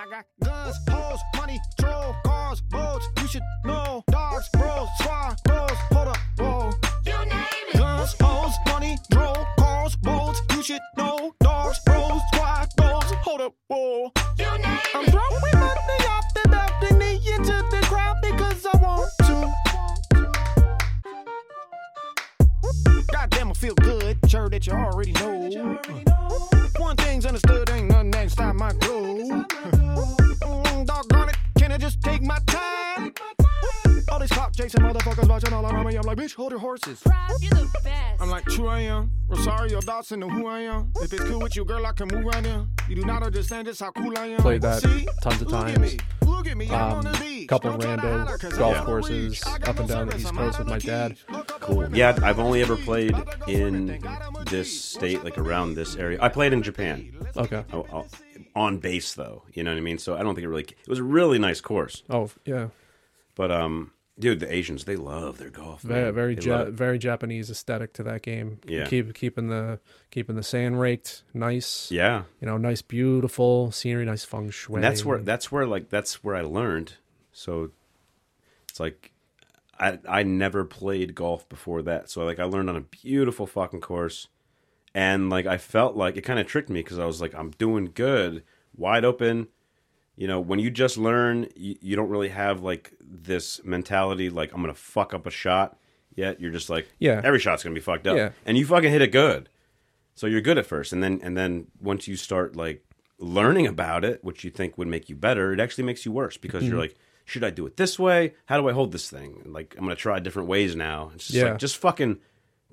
I got guns, hoes, money, troll, cars, roads. You should know. Dogs, bros, swine, bros. Hold up, whoa. You name it. Guns, hoes, money, troll, cars, roads. You should know. Dogs, bros, swine, bros. Hold up, whoa. You name I'm it. throwing money off the balcony into the crowd because I want to. Goddamn, I feel good. Sure that you already know. One thing's understood, ain't nothing that can stop my glow. Mm, doggone it, can I just take my time? All these clock chasing motherfuckers watching all around me. I'm like, bitch, hold your horses. Rob, you're the best. I'm like, true I am. Rosario Dawson know who I am. If it's cool with you, girl, I can move right now. You do not understand just how cool I am. Played that See? tons of Look at times. me. Look at me. I'm on Um, the beach. couple Don't try to rando hide her 'cause I golf got no courses reach. I got up and no down the service. East I'm Coast out with on my the dad. keys. Look up Cool. women. Yeah, I've only ever played Gotta go for in everything. Gotta move this deep. state, like around this area. I played in Japan. Okay. Oh, oh, on base though, you know what I mean. So I don't think it really. It was a really nice course, Oh yeah, but um, dude, the Asians they love their golf. very man. very, They ja- love it. very Japanese aesthetic to that game. Yeah. keep keeping the keeping the sand raked nice. yeah, you know, nice beautiful scenery, nice feng shui. And that's where that's where like that's where I learned. So it's like I I never played golf before that. So like I learned on a beautiful fucking course, and like I felt like it kind of tricked me because I was like I'm doing good, wide open. You know, when you just learn, you, you don't really have like this mentality like I'm gonna fuck up a shot. Yet you're just like Yeah. every shot's gonna be fucked up, Yeah. and you fucking hit it good. So you're good at first, and then and then once you start like learning about it, which you think would make you better, it actually makes you worse because Mm-hmm. you're like, should I do it this way? How do I hold this thing? And, like I'm gonna try different ways now. It's just Yeah. like just fucking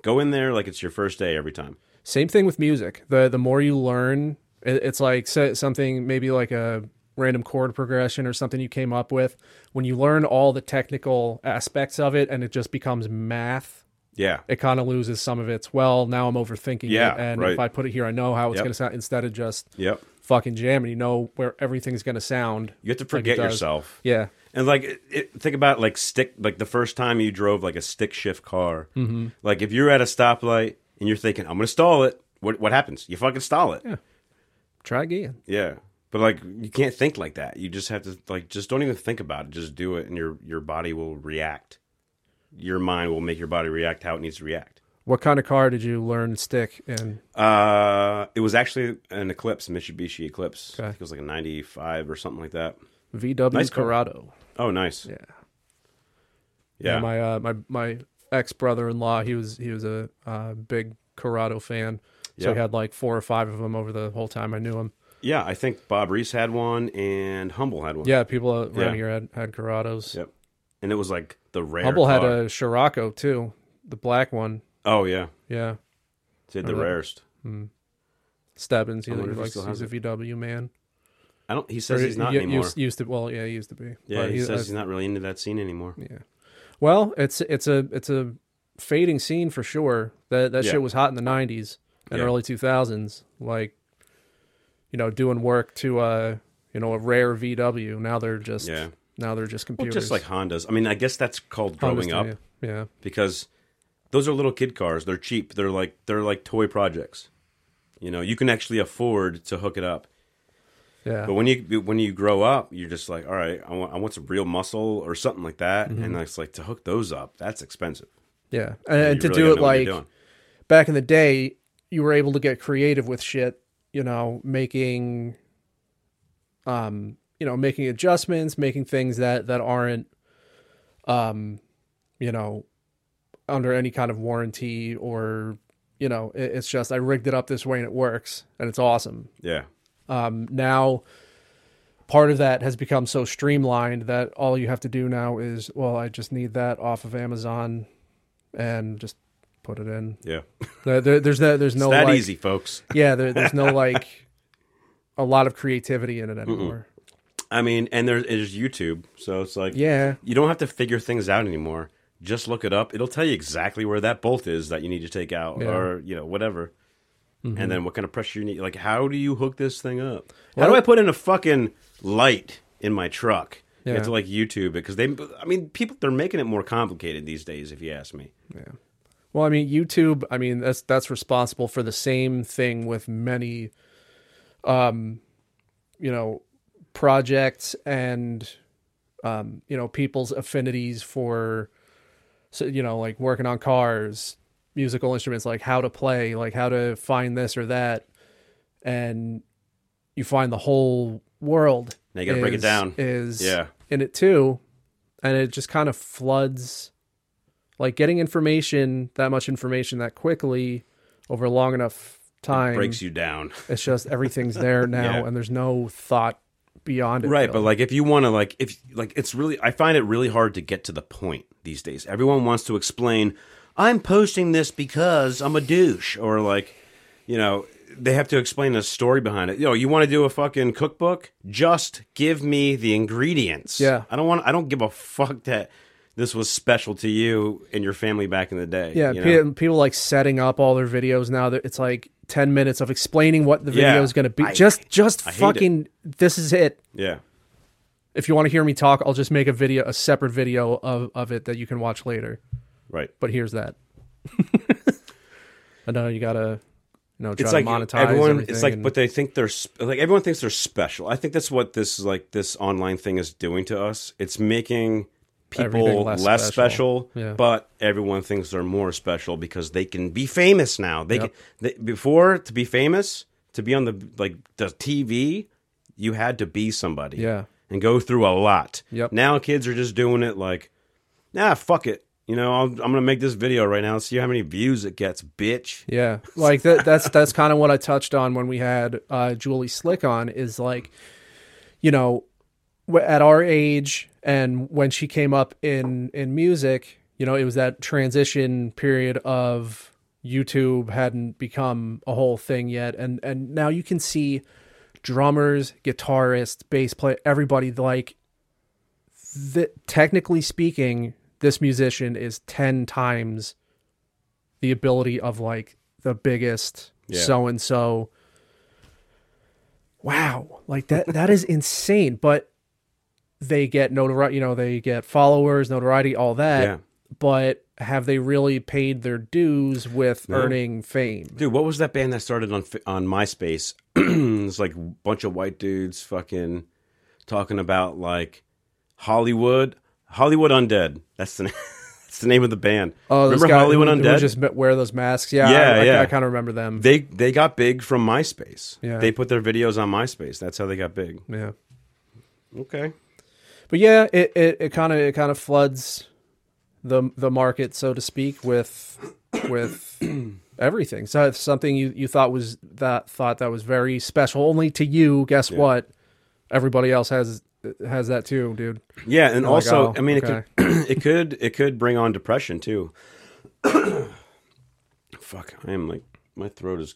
go in there like it's your first day every time. Same thing with music. The the more you learn, it, it's like so- something maybe like a random chord progression or something you came up with. When you learn all the technical aspects of it, and it just becomes math, Yeah, it kind of loses some of its. Well, now I'm overthinking Yeah, it, and right. if I put it here, I know how it's Yep. going to sound instead of just yep. fucking jam, and you know where everything's going to sound. You have to like it forget does. yourself. Yeah, And like, it, it, think about like stick, like the first time you drove like a stick shift car. Mm-hmm. Like if you're at a stoplight and you're thinking, I'm gonna stall it. What what happens? You fucking stall it. Yeah. try again. But like, you can't think like that. You just have to like, just don't even think about it. Just do it, and your your body will react. Your mind will make your body react how it needs to react. What kind of car did you learn stick in? Uh, it was actually an Eclipse, Mitsubishi Eclipse. Okay. I think it was like a '95 or something like that. VW Nice car. Corrado. Oh, nice. Yeah. Yeah. And my uh, my my ex brother in law, he was he was a uh, big Corrado fan, so Yeah. he had like four or five of them over the whole time I knew him. yeah. I think Bob Reese had one, and Humble had one. Yeah, people around Yeah. here had had Corrados. Yep. And it was like the rare. Hubble had car. a Scirocco too, the black one. Oh yeah, Yeah, they had the Remember that? rarest. Stebbins. He, I wonder he if he likes, still he's has a VW man. I don't. He says Or he's not he- he anymore. Used, used to well, yeah, he used to be. yeah, But he, says uh, he's not really into that scene anymore. Yeah. Well, it's it's a it's a fading scene for sure. That that Yeah. shit was hot in the '90s and Yeah. early 2000s. Like, you know, doing work to uh, you know, a rare VW. Now they're just Yeah. now they're just Well, computers. just like Hondas. I mean, I guess that's called Hondas growing up do, Yeah. Yeah. because those are little kid cars. They're cheap. They're like they're like toy projects. You know, you can actually afford to hook it up. Yeah. But when you when you grow up, you're just like, all right, I want I want some real muscle or something like that. Mm-hmm. And it's like to hook those up, that's expensive. yeah. And, You and to do really gotta it know what you're like doing. back in the day, you were able to get creative with shit, you know, making um, you know, making adjustments, making things that that aren't um, you know, under any kind of warranty or you know, it, it's just I rigged it up this way and it works and it's awesome. yeah, Um, now part of that has become so streamlined that all you have to do now is well, I just need that off of Amazon and just put it in yeah. there, there- there's no, there's no it's that like, easy, folks. Yeah, there, there's no like a lot of creativity in it anymore. I mean, and there's, there's YouTube, so it's like Yeah, you don't have to figure things out anymore. Just look it up. It'll tell you exactly where that bolt is that you need to take out, Yeah. Mm-hmm. or you know whatever. And then what kind of pressure you need? Like, how do you hook this thing up? Well- how do I put in a fucking light in my truck? You Yeah. have to like YouTube it because they. I mean, people they're making it more complicated these days. If you ask me, Well, I mean, YouTube. I mean, that's that's responsible for the same thing with many, um, you know, projects and um, you know people's affinities for so, you know like working on cars musical instruments like how to play like how to find this or that and you find the whole world Now you gotta break it is- down. is Yeah. in it too and it just kind of floods like getting information that much information that quickly over a long enough time breaks you down. it's just everything's there now Yeah. and there's no thought beyond it right but really. like if you want to like if like it's really i find it really hard to get to the point these days everyone wants to explain i'm posting this because i'm a douche or like you know they have to explain the story behind it you know you want to do a fucking cookbook just give me the ingredients Yeah. i don't want i don't give a fuck that this was special to you and your family back in the day yeah you pe- know? and people like setting up all their videos now that it's like 10 minutes of explaining what the video Yeah. is going to be I- just just I hate it. fucking this is it yeah if you want to hear me talk i'll just make a video a separate video of, of it that you can watch later right but here's that i know you gotta you know try it's to like monetize everyone everything it's like and- but they think they're sp- like everyone thinks they're special i think that's what this like this online thing is doing to us it's making people Everything less, less special, special. Yeah. but everyone thinks they're more special because they can be famous now they, Yep. can, they before to be famous to be on the like the tv you had to be somebody Yeah. and go through a lot Yep. now kids are just doing it like nah fuck it you know I'll, i'm gonna make this video right now and see how many views it gets bitch Yeah, like that. That's that's kind of what I touched on when we had uh, Julie Slick on. Is like, you know, w- at our age and when she came up in in music, you know, it was that transition period of YouTube hadn't become a whole thing yet, and and now you can see drummers, guitarists, bass player, everybody like that technically speaking, this musician is 10 times the ability of like the biggest Yeah. so and so. Wow. Like that, that is insane. But they get notoriety, you know, they get followers, notoriety, all that. Yeah. But have they really paid their dues with No. earning fame? Dude, what was that band that started on Fi- on MySpace? it's like bunch of white dudes fucking talking about like Hollywood, Hollywood Undead. That's the that's the name of the band. Oh, those remember guys Hollywood who- who Undead? Just wear those masks. Yeah, Yeah, I, I, yeah. I kind of remember them. They they got big from MySpace. Yeah. They put their videos on MySpace. That's how they got big. yeah. Okay. but yeah, it it, it kind of it kind of floods the the market, so to speak, with with everything. So if something you, you thought was that thought that was very special only to you, guess what? Everybody else has has that too, dude. Yeah, and like, also, oh, I mean, okay. it could it could it could bring on depression too. Fuck, I am like my throat is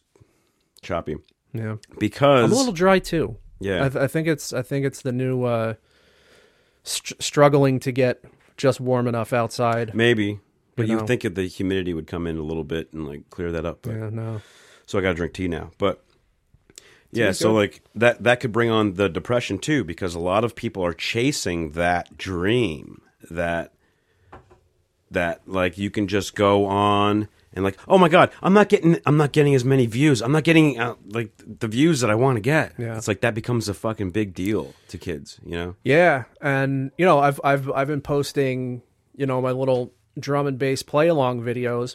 choppy Yeah, because I'm a little dry too. yeah. I, th- I think it's I think it's the new uh, str- struggling to get just warm enough outside. Maybe. But You you know. think that the humidity would come in a little bit and like clear that up. But, Yeah, no. So I got to drink tea now. But yeah, so good. like that that could bring on the depression too because a lot of people are chasing that dream that that like you can just go on and like oh my god i'm not getting i'm not getting as many views i'm not getting uh, like the views that i want to get Yeah. it's like that becomes a fucking big deal to kids you know Yeah, and you know, I've I've I've been posting, you know, my little drum and bass play along videos.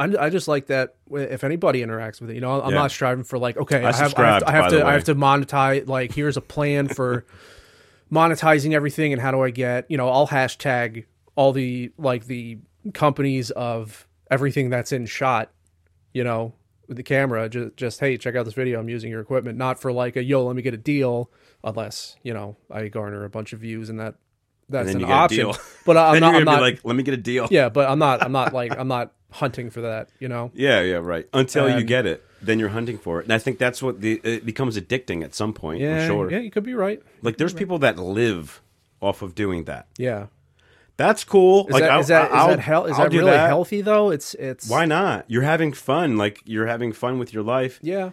I'm, I just like that w- if anybody interacts with it, you know, I'm Yeah. not striving for like, okay, I, have, I have subscribed, to, I have by the to, I way. have to monetize. Like, here's a plan for monetizing everything, and how do I get, you know, I'll hashtag all the like the companies of everything that's in shot, you know, with the camera. Just, just hey, check out this video. I'm using your equipment, not for like a yo, let me get a deal, unless you know I garner a bunch of views and that that's then an you get a option. deal. But I- I'm then not, you're I'm gonna not be like let me get a deal yeah, but I'm not. I'm not like I'm not hunting for that. You know. Yeah, yeah, right. Until you And- get it, then you're hunting for it, and I think that's what the it becomes addicting at some point. Yeah, I'm sure. yeah, you could be right. Like there's people that live off of doing that. Yeah, That's cool. is like that I'll- is that, is I'll- that, hel- is I'll that do really healthy though? It's it's Why not? You're having fun. Like you're having fun with your life. Yeah,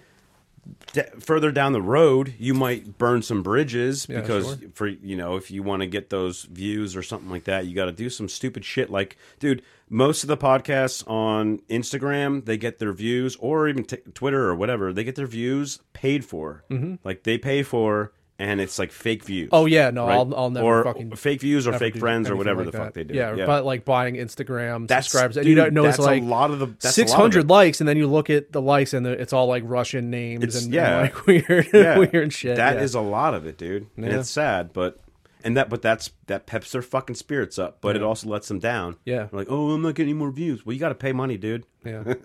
D- further down the road, you might burn some bridges Yeah, because sure. for you know if you want to get those views or something like that, you got to do some stupid shit. Like, dude, most of the podcasts on Instagram they get their views or even t- Twitter or whatever they get their views paid for. Like they pay for and it's like fake views. Mm-hmm. Oh yeah, no, right? I'll I'll never or fucking fake views or ever fake do friends or anything whatever like the that. fuck they do. Yeah, or but like buying Instagram that's subscribers, and dude, you don't know it's that's like a lot of the that's a lot of six hundred it. likes, and then you look at the likes, and the, it's all like Russian names It's- and, yeah. and, like weird, Yeah. weird shit. That is yeah. a lot of it, dude. And Yeah. it's sad, but and that but that's that peps their fucking spirits up, but it also lets them down. Yeah. They're like, oh, I'm not getting any more views. Well, you got to pay money, dude. yeah,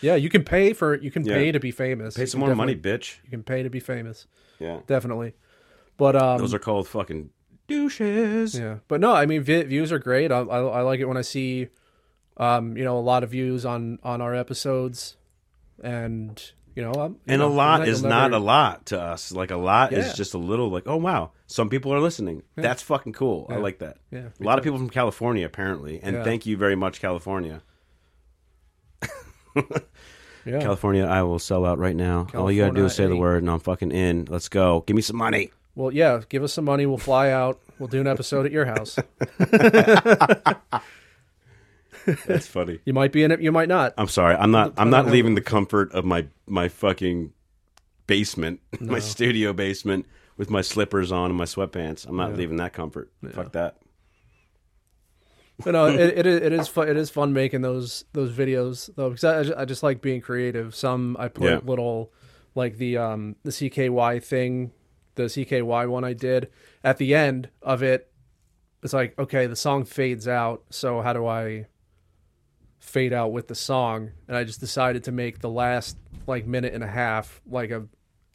yeah. You can pay for you can Yeah. pay to be famous. Pay You some can more money, definitely- bitch. You can pay to be famous, Yeah. definitely. But um, Those are called fucking douches. Yeah, but no, I mean vi- views are great. I, I I like it when I see, um, you know, a lot of views on on our episodes, and you know, I'm, you And know, a I'm lot is you'll not never- a lot to us. Like a lot Yeah. is just a little. Like, oh wow, some people are listening. That's fucking cool. I like that. Yeah, a lot of people from California apparently, and Yeah. thank you very much, California. Yeah, California, I will sell out right now. All you gotta do is say the California, eh? word, and I'm fucking in. Let's go. Give me some money. well, yeah. Give us some money, we'll fly out. We'll do an episode at your house. That's funny. You might be in it, you might not. I'm sorry. I'm not. I'm not know. leaving the comfort of my my fucking basement, my studio basement, with my slippers on and my sweatpants. I'm not leaving that comfort. Fuck that. But no, it, it is- it is fun. It is fun making those those videos though, because I, I, just, I just like being creative. Some I put Yeah. little like the um the CKY thing, the CKY one I did at the end of it. It's like okay, the song fades out, so how do I fade out with the song? And I just decided to make the last like minute and a half like a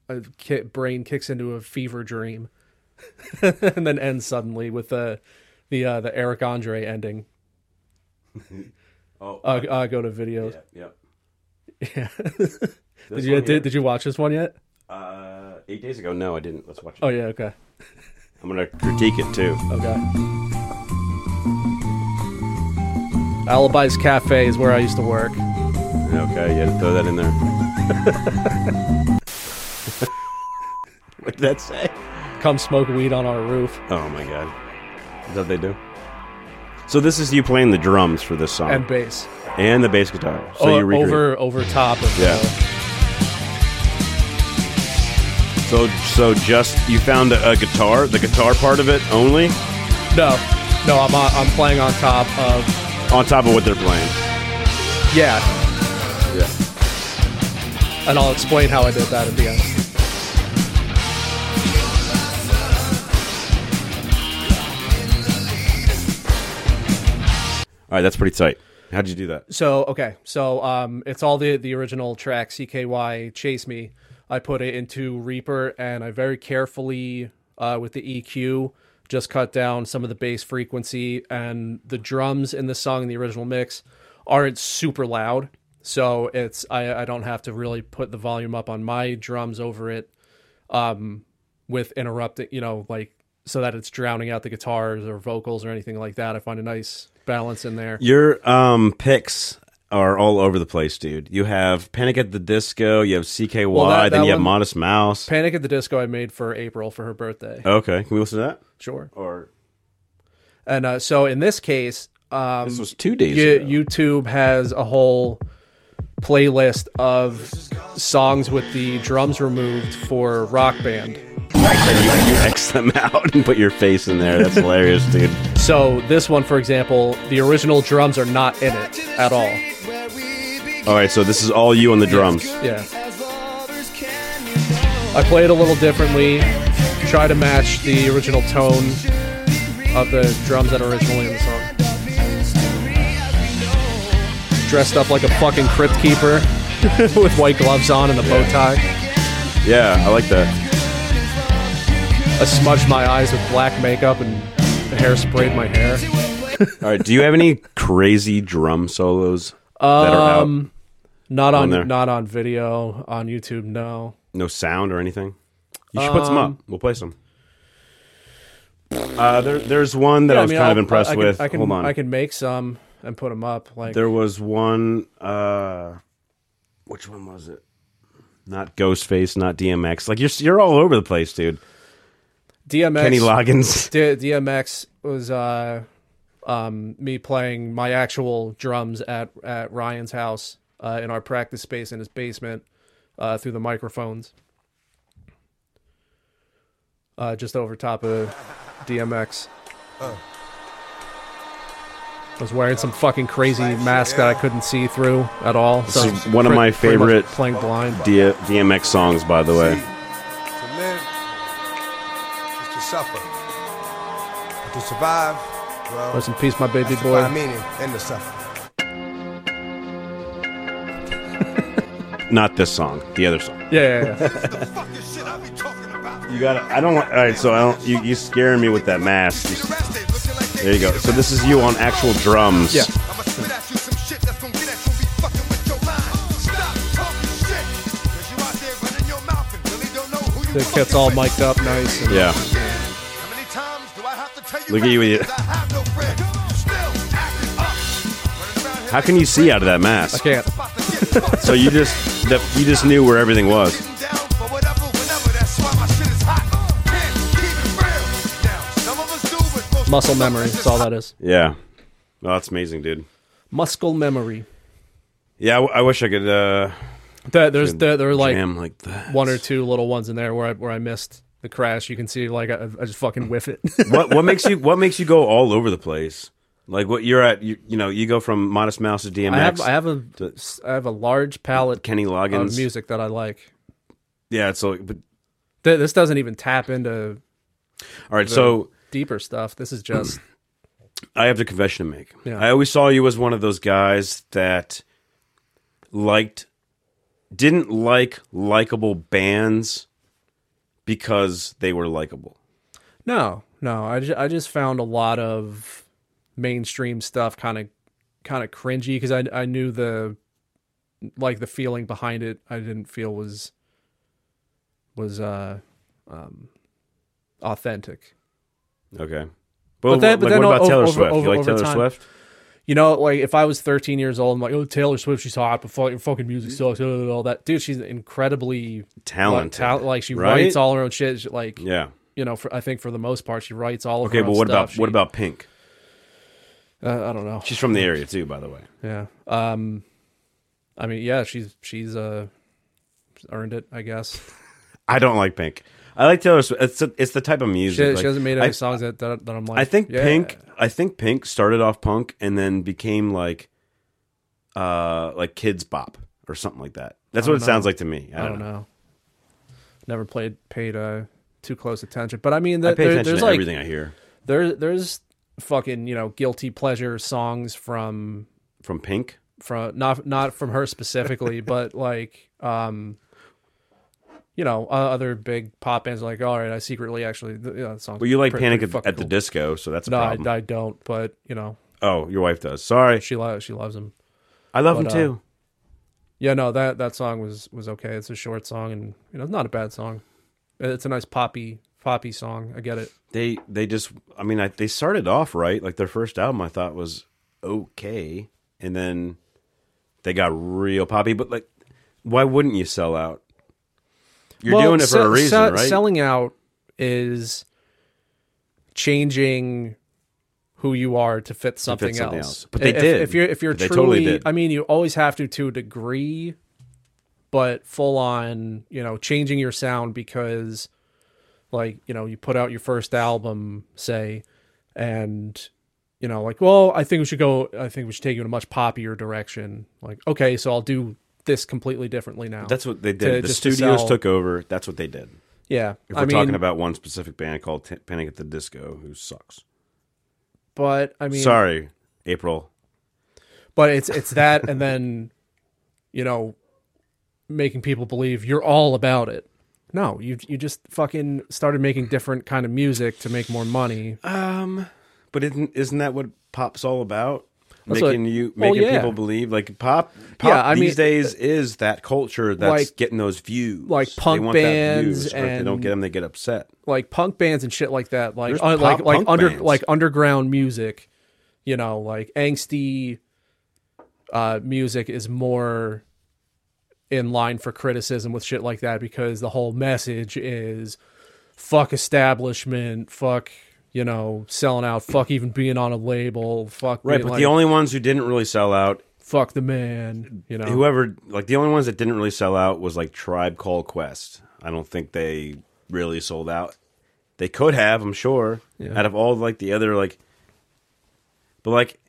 a ki- brain kicks into a fever dream, and then ends suddenly with the the uh, the Eric Andre ending. Oh, Uh, uh, go to videos. yeah. yeah. Did you did, did you watch this one yet? Uh, eight days ago. No, I didn't. Let's watch it. Oh yeah, okay, I'm gonna critique it too. okay. Alibi's Cafe is where I used to work. Okay, yeah, throw that in there. what did that say? Come smoke weed on our roof, Oh my god, is that what they do? So this is you playing the drums for this song and and, bass the bass guitar. So O- you recreate. Oh, over over top of Yeah. the, So so just you found a, a guitar, the guitar part of it only, no no I'm on, I'm playing on top of on top of what they're playing. yeah, Yeah. and I'll explain how I did that at the end. All right, that's pretty tight. How'd you do that? So okay, so um, it's all the the original track CKY Chase Me. I put it into Reaper, and I very carefully uh, with the EQ just cut down some of the bass frequency and the drums in the song in the original mix aren't super loud. So it's I, I don't have to really put the volume up on my drums over it um, with interrupting, you know, like so that it's drowning out the guitars or vocals or anything like that. I find a nice balance in there. Your um picks are all over the place, dude. You have Panic at the Disco, you have CKY, that- then that you have one- Modest Mouse. Panic at the Disco I made for April for her birthday. okay, can we listen to that? Sure. Or And uh, so in this case, um, this was two days you- ago. YouTube has a whole playlist of songs with the drums removed for Rock Band. you, you X them out and put your face in there. That's hilarious, dude. So this one, for example, the original drums are not in it at all. All right, so this is all you on the drums. Yeah. I play it a little differently, try to match the original tone of the drums that are originally in the song. Dressed up like a fucking crypt keeper with white gloves on and a bow tie. Yeah, I like that. I smudged my eyes with black makeup and hairsprayed my hair. All right, do you have any crazy drum solos that are Um, out? Not on, there. not on video on YouTube. No. No sound or anything? You should put some um, up. We'll play some. Uh, there, there's one that I was mean, kind of I'll- impressed I can- with. I can, Hold on. I can make some and put them up. Like There was one. uh Which one was it? Not Ghostface, not DMX. Like you're you're all over the place, dude. DMX. Kenny Loggins. D- DMX was uh, um, me playing my actual drums at at Ryan's house uh, in our practice space in his basement uh, through the microphones. uh, just over top of DMX. I was wearing some fucking crazy mask that I couldn't see through at all. So This is one of pre- my pretty much favorite- playing blind. D- DMX songs, by the way. To live is to suffer. But to survive, well, Rest in peace, my baby that's to find boy. meaning in the suffering. Not this song, the other song. Yeah, yeah, yeah. You got. to I don't. want- All right. So I don't. You you scaring me with that mask. You s- There you go. So this is you on actual drums. Yeah. I'ma spit at you some shit that's gonna get at you be fucking with your mind. Stop talking shit. 'cause you out there running your mouth and really don't know who you The fucking cat's all with. mic'd up nice. And Yeah. How many times do I have to tell you Look at you with back? 'Cause I have no friends. Still acting up. Running around here How can you see out of that mask? I can't. about to get fucked. So you just that you just knew where everything was. Getting down for whatever, whenever, that's why my shit is hot. Can't keep it real. Now, some of us do, but most Muscle of us memory. is That's all that is. Yeah. Well, that's amazing, dude. Muscle memory. Yeah. I, w- I wish I could. uh There, there's there, there were like jam like that. one or two little ones in there where I where I missed the crash. You can see like I, I just Hmm. fucking whiff it. what what makes you what makes you go all over the place? Like what you're at, you, you know, you go from Modest Mouse to DMX, I have I have a to I have a large palette Kenny Loggins. of music that I like. Yeah, it's like, but, Th- this doesn't even tap into all right. So deeper stuff. This is just I have the confession to make. Yeah. I always saw you as one of those guys that liked, didn't like likable bands because they were likable. no, no. I ju- I just found a lot of mainstream stuff kind of kind of cringy because I I knew the like the feeling behind it. I didn't feel was was uh um authentic. Okay. But, that- but like, then what about o- Taylor over- Swift? over- you like over Taylor time- Swift? You know, like if I was 13 years old, I'm like, oh, Taylor Swift, she's hot, but fuck, fucking music sucks, uh, all that. Dude, she's incredibly Mm-hmm. Talented, Like, tal- like she right? writes all her own shit. She, like, Yeah. you know, for, I think for the most part, she writes all of Okay, her but own what stuff. about what She- about Pink? Uh, I don't know. She's from the area too, by the way. Yeah. Um, I mean, yeah, she's she's uh earned it, I guess. I don't like Pink. I like Taylor Swift. It's, it's the type of music. She, like, she hasn't made any I, songs that, that that I'm like. I think yeah. Pink. I think Pink started off punk and then became like, uh, like kids bop or something like that. That's what it don't sounds know. like to me. I I don't, don't know. know. Never played paid uh too close attention, but I mean, I the, pay there, attention there's to like everything I hear there there's fucking you know guilty pleasure songs from from Pink. from not not from her specifically but like um you know uh, other big pop bands are like all right i secretly actually th- yeah, that song Well, you like pre- Panic pretty at, fucking at the cool. Disco, so that's a no I, problem. I don't but you know oh, your wife does. Sorry, she loves she loves him I love him but, uh, too. yeah no that that song was was okay it's a short song and you know it's not a bad song it's a nice poppy poppy song i get it They they just. I mean, I, they started off right. Like their first album, I thought was okay, and then they got real poppy. But like, why wouldn't you sell out? You're doing it for se- a reason, se- right? Selling out is changing who you are to fit something, something else. else. But they if, did. If you're if you're They truly, totally did. I mean, you always have to to a degree, but full on, you know, changing your sound because, like, you know, you put out your first album, say, and you know, like, well, I think we should go. I think we should take you in a much poppier direction. Like, okay, so I'll do this completely differently now. That's what they to- did. The just to studios sell- took over. That's what they did. yeah. If I we're mean, talking about one specific band called T- Panic at the Disco, who sucks. but I mean, Sorry, April. but it's it's that and then you know making people believe you're all about it no you you just fucking started making different kind of music to make more money Um, but isn't isn't that what pop's all about? That's making what- you well, making yeah. people believe like pop. pop Yeah, I mean- these days is that culture that's Like- getting those views. like punk that bands views, or if they don't and- get them, they get upset. like punk bands and shit like that like There's uh, like pop like punk under bands. like underground music you know like angsty uh music is more in line for criticism with shit like that because the whole message is fuck establishment fuck you know selling out fuck even being on a label fuck Right, being but like, the only ones who didn't really sell out, fuck the man you know whoever, like the only ones that didn't really sell out was like Tribe Called Quest. I don't think they really sold out They could have, I'm sure. Yeah. Out of all like the other like but like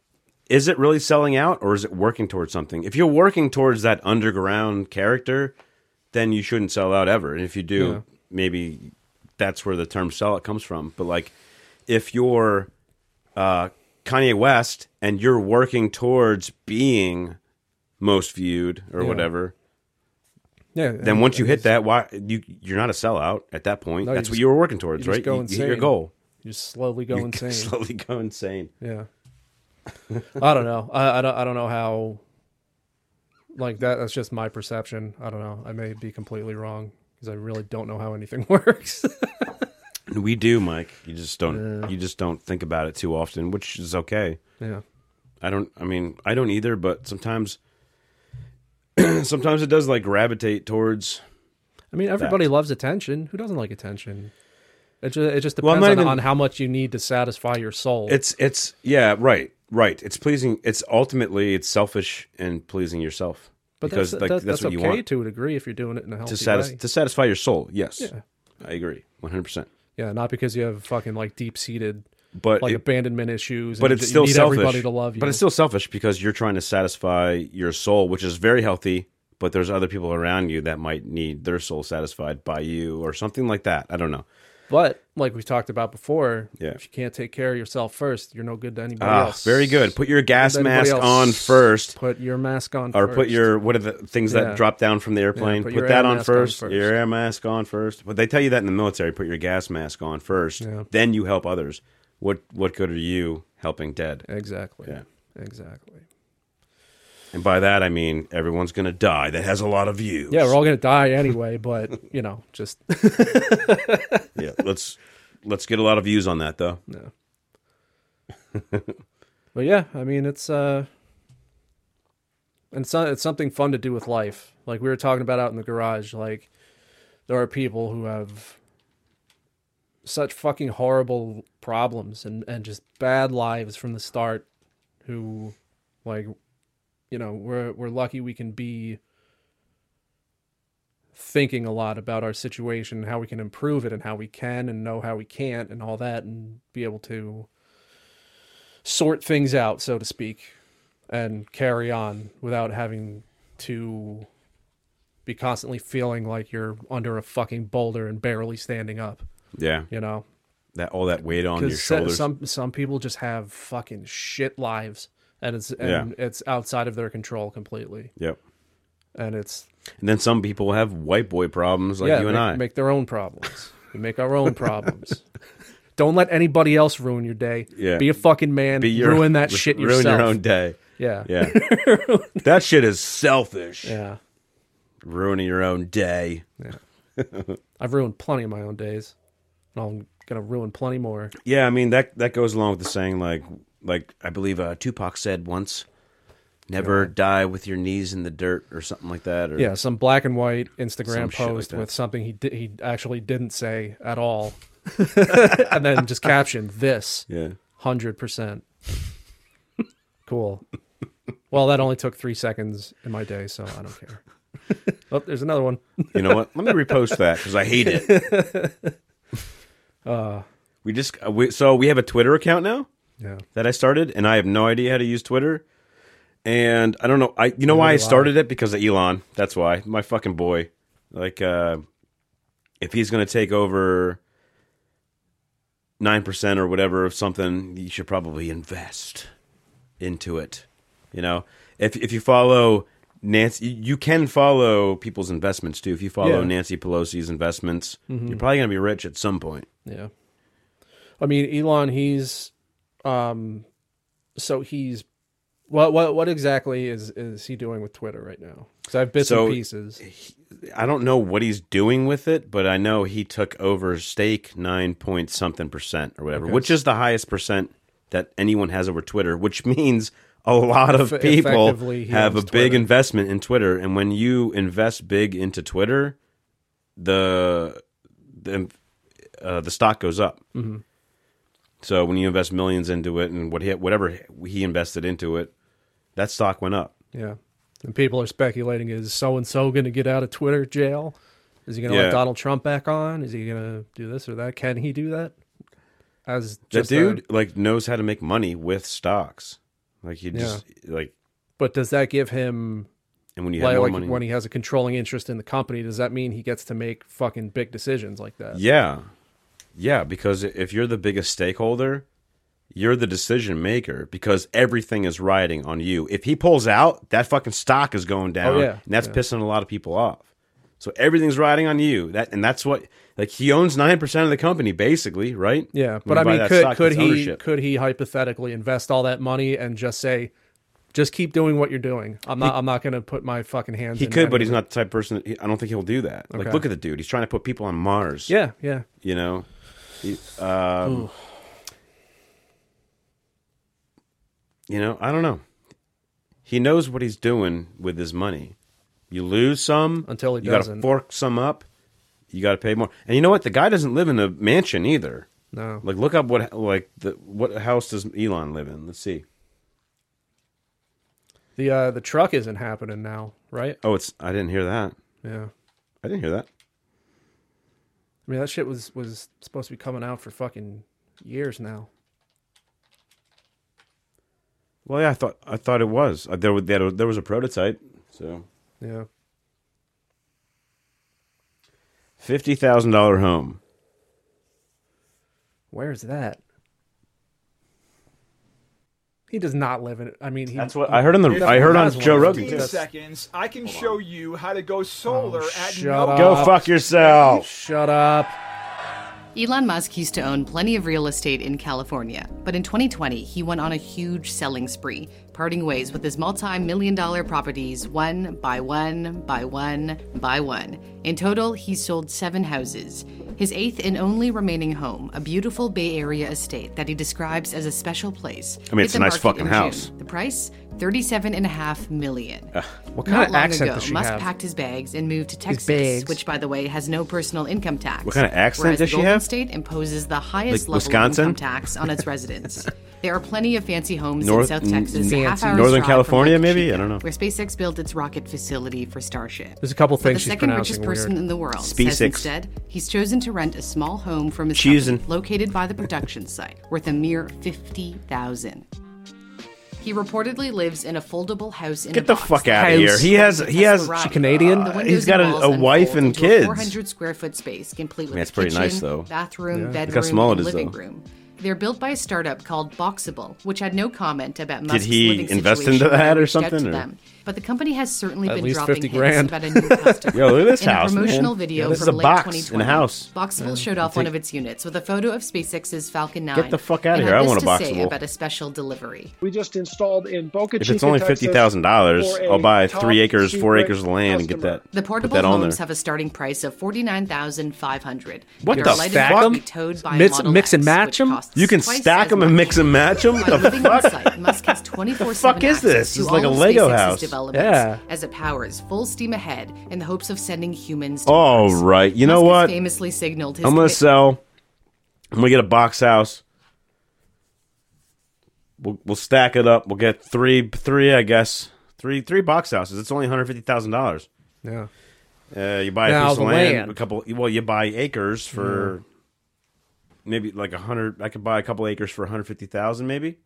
is it really selling out or is it working towards something? If you're working towards that underground character, then you shouldn't sell out ever. And if you do, Yeah. maybe that's where the term sell out comes from. But like if you're uh, Kanye West and you're working towards being most viewed or Yeah. whatever, Yeah. then and- once you and hit that, why you you're not a sellout at that point. No, you That's what just- you were working towards, you just right? go You- you hit your insane. goal. you just slowly go You insane. slowly go insane. Yeah. I don't know. I, I don't I don't know how like that that's just my perception. I don't know. I may be completely wrong because I really don't know how anything works. And we do, Mike. You just don't. You just don't think about it too often, which is okay. yeah. I don't. I mean, I don't either. But sometimes, sometimes it does like gravitate towards. I mean, everybody loves attention. Who doesn't like attention? It just, it just Well, I'm depends not on, on even- how much you need to satisfy your soul. It's it's yeah right right. It's pleasing. It's ultimately it's selfish and pleasing yourself but because that's, like that's, that's, that's what okay you want to a degree if you're doing it in a healthy to satis- way. to satisfy your soul. Yes, Yeah. I agree, one hundred percent. Yeah, not because you have fucking like deep seated But like it- abandonment issues. but and it's you still need selfish. everybody to love you. But it's still selfish because you're trying to satisfy your soul, which is very healthy. But there's other people around you that might need their soul satisfied by you or something like that. I don't know. But like we talked about before, Yeah. if you can't take care of yourself first, you're no good to anybody Ah, else. very good. Put your gas Anybody mask else. on first, Put your mask on, or first. put your what are the things Yeah. that drop down from the airplane? put put your that air on mask on first, first. Your air mask on first. But they tell you that in the military. Put your gas mask on first. Yeah. Then you help others. What what good are you helping dead? exactly, Yeah. exactly. And by that I mean everyone's gonna die. That has a lot of views. Yeah, we're all gonna die anyway, but you know, just yeah, let's let's get a lot of views on that though. no. but yeah, I mean, it's uh, and so, it's something fun to do with life. Like we were talking about out in the garage, like there are people who have such fucking horrible problems and and just bad lives from the start who like you know we're we're lucky we can be thinking a lot about our situation and how we can improve it and how we can and know how we can't and all that and be able to sort things out so to speak and carry on without having to be constantly feeling like you're under a fucking boulder and barely standing up Yeah, you know that all that weight on your because se- shoulders. some some people just have fucking shit lives and it's and Yeah. it's outside of their control completely yep. and it's And then some people have white boy problems like yeah you and make, I. make their own problems we make our own problems don't let anybody else ruin your day Yeah. be a fucking man Be your- ruin that shit ruin yourself your own day. yeah Yeah, that shit is selfish. yeah Ruining your own day. i've ruined plenty of my own days and i'm gonna ruin plenty more Yeah, I mean that that goes along with the saying like like I believe uh, Tupac said once, "Never die with your knees in the dirt" or something like that. Or yeah some black and white instagram Some shit like post that. with something he did he actually didn't say at all and then just captioned this yeah, Hundred percent. Cool. Well, that only took three seconds in my day, so I don't care. Oh, there's another one. You know what? Let me repost that because I hate it. uh, we just uh, we, so we have a Twitter account now Yeah. that I started, and I have no idea how to use Twitter. And I don't know. I you know why I do I. started it because of Elon. That's why my fucking boy. Like, uh, if he's gonna take over nine percent or whatever of something, you should probably invest into it. You know, if if you follow Nancy, you can follow people's investments too. If you follow Yeah. Mm-hmm. Nancy Pelosi's investments, you're probably gonna be rich at some point. Yeah. I mean, Elon, he's um so he's what what what exactly is is he doing with Twitter right now? Cuz I have bits So- and pieces. I don't know what he's doing with it, but I know he took over stake nine point something percent or whatever, which is the highest percent that anyone has over Twitter, which means a lot of Eff- people effectively, he have a owns big Twitter. investment in Twitter. And when you invest big into Twitter, the the uh, the stock goes up. Mm-hmm. So when you invest millions into it, and what he, whatever he invested into it, that stock went up. Yeah. And people are speculating is so and so going to get out of Twitter jail? Is he going to Yeah. let Donald Trump back on? Is he going to do this or that? Can he do that? As That just a- dude like knows how to make money with stocks. Like he Yeah. just like but does that give him and when you have like, more like, money, when he has a controlling interest in the company? Does that mean he gets to make fucking big decisions like that? yeah, yeah. Because if you're the biggest stakeholder, you're the decision maker because everything is riding on you. If he pulls out, that fucking stock is going down, Oh, yeah. and that's pissing a lot of people off. So everything's riding on you. That and that's what like he owns nine percent of the company basically, right? Yeah, When but I you buy mean, that could stock, could it's he ownership. could he hypothetically invest all that money and just say, just keep doing what you're doing? I'm not I'm not going to put my fucking hands. He in could, but any- he's not the type of person. That he, I don't think he'll do that. Like, Okay. look at the dude. He's trying to put people on Mars. Yeah, yeah. you know. He- um, you know, I don't know. He knows what he's doing with his money. You lose some Until he you doesn't. gotta fork some up. You gotta pay more. And you know what? The guy doesn't live in a mansion either. No, Like, look up what like the what house does Elon live in? Let's see. the uh, the truck isn't happening now, right? Oh, it's I didn't hear that. Yeah. I didn't hear that. I mean, that shit was was supposed to be coming out for fucking years now. Well, yeah, I thought I thought it was. Uh, There was there was- there was a prototype. So Yeah. fifty thousand dollar home. Where's that? He does not live in it. I mean, he, That's what I heard on the I heard on That's Joe one. Rogan. too. 15 seconds. I can show you how to go solar at Oh, shut no up. Go fuck yourself. Shut up. Elon Musk used to own plenty of real estate in California, but in 2020, he went on a huge selling spree, parting ways with his multi million dollar properties one by one by one by one. In total, he sold seven houses. His eighth and only remaining home, a beautiful Bay Area estate that he describes as a special place. I mean, it's hit a the nice market fucking in house. June. The price? $37.5 million. What kind Not of long accent ago, does she Musk have? packed his bags and moved to Texas, bags. which, by the way, has no personal income tax. What kind of accent whereas does the she Golden have? State imposes the highest Like level Wisconsin? of income tax on its residents. there are plenty of fancy homes North- in South Texas, n- half hours Northern drive from California, Lake maybe? I Chichica, don't know. Where SpaceX built its rocket facility for Starship. There's a couple But things the she's second richest pronouncing person weird. in the world says SpaceX. instead he's chosen to rent a small home from his Choosing. company located by the production site, worth a mere fifty thousand. He reportedly lives in a foldable house in a Get the box fuck that out of here. House. He has he has Desperado. She Canadian? The windows he's got and a- walls a wife unfold and into a kids. 400 square foot space, complete with mean, a it's pretty kitchen, nice, though. bathroom, how bedroom, small it and is, living though. room. They're built by a startup called Boxable, which had no comment about Musk's he living invest situation into when I that or reached out to something, or- them. But the company has certainly At been least dropping 50 hints grand. about a new customer. Yo, look at this in house, a promotional man. video Yeah, this is from a late box 2020, in a house. Boxable showed off one of its units with a photo of SpaceX's Falcon 9. the fuck outta and here. had I this want a to say Boxable. about a special delivery. We just installed in Boca If Chica, it's only Texas, fifty thousand dollars, for a I'll buy top three acres, four secret acres of land and get customer. that. The portable put that on homes there. have a starting price of forty nine thousand five hundred. What the fuck? Towed by a Mix- Model mix and X, match which 'em? costs You can twice stack as them and much. mix and match them. By living on site, Musk has 24 fuck is this? It's like a Lego house. Yeah. As it powers full steam ahead in the hopes of sending humans to All Mars. right, you know Musk has what? I'm famously signaled his gonna commitment- sell. I'm gonna get a box house. We'll, we'll stack it up. We'll get three, three, I guess, three, three box houses. It's only one hundred fifty thousand dollars. Yeah. Uh, you buy a Now, piece of the land, land. a couple. Well, you buy acres for maybe like a hundred. I could buy a couple acres for one hundred fifty thousand, maybe.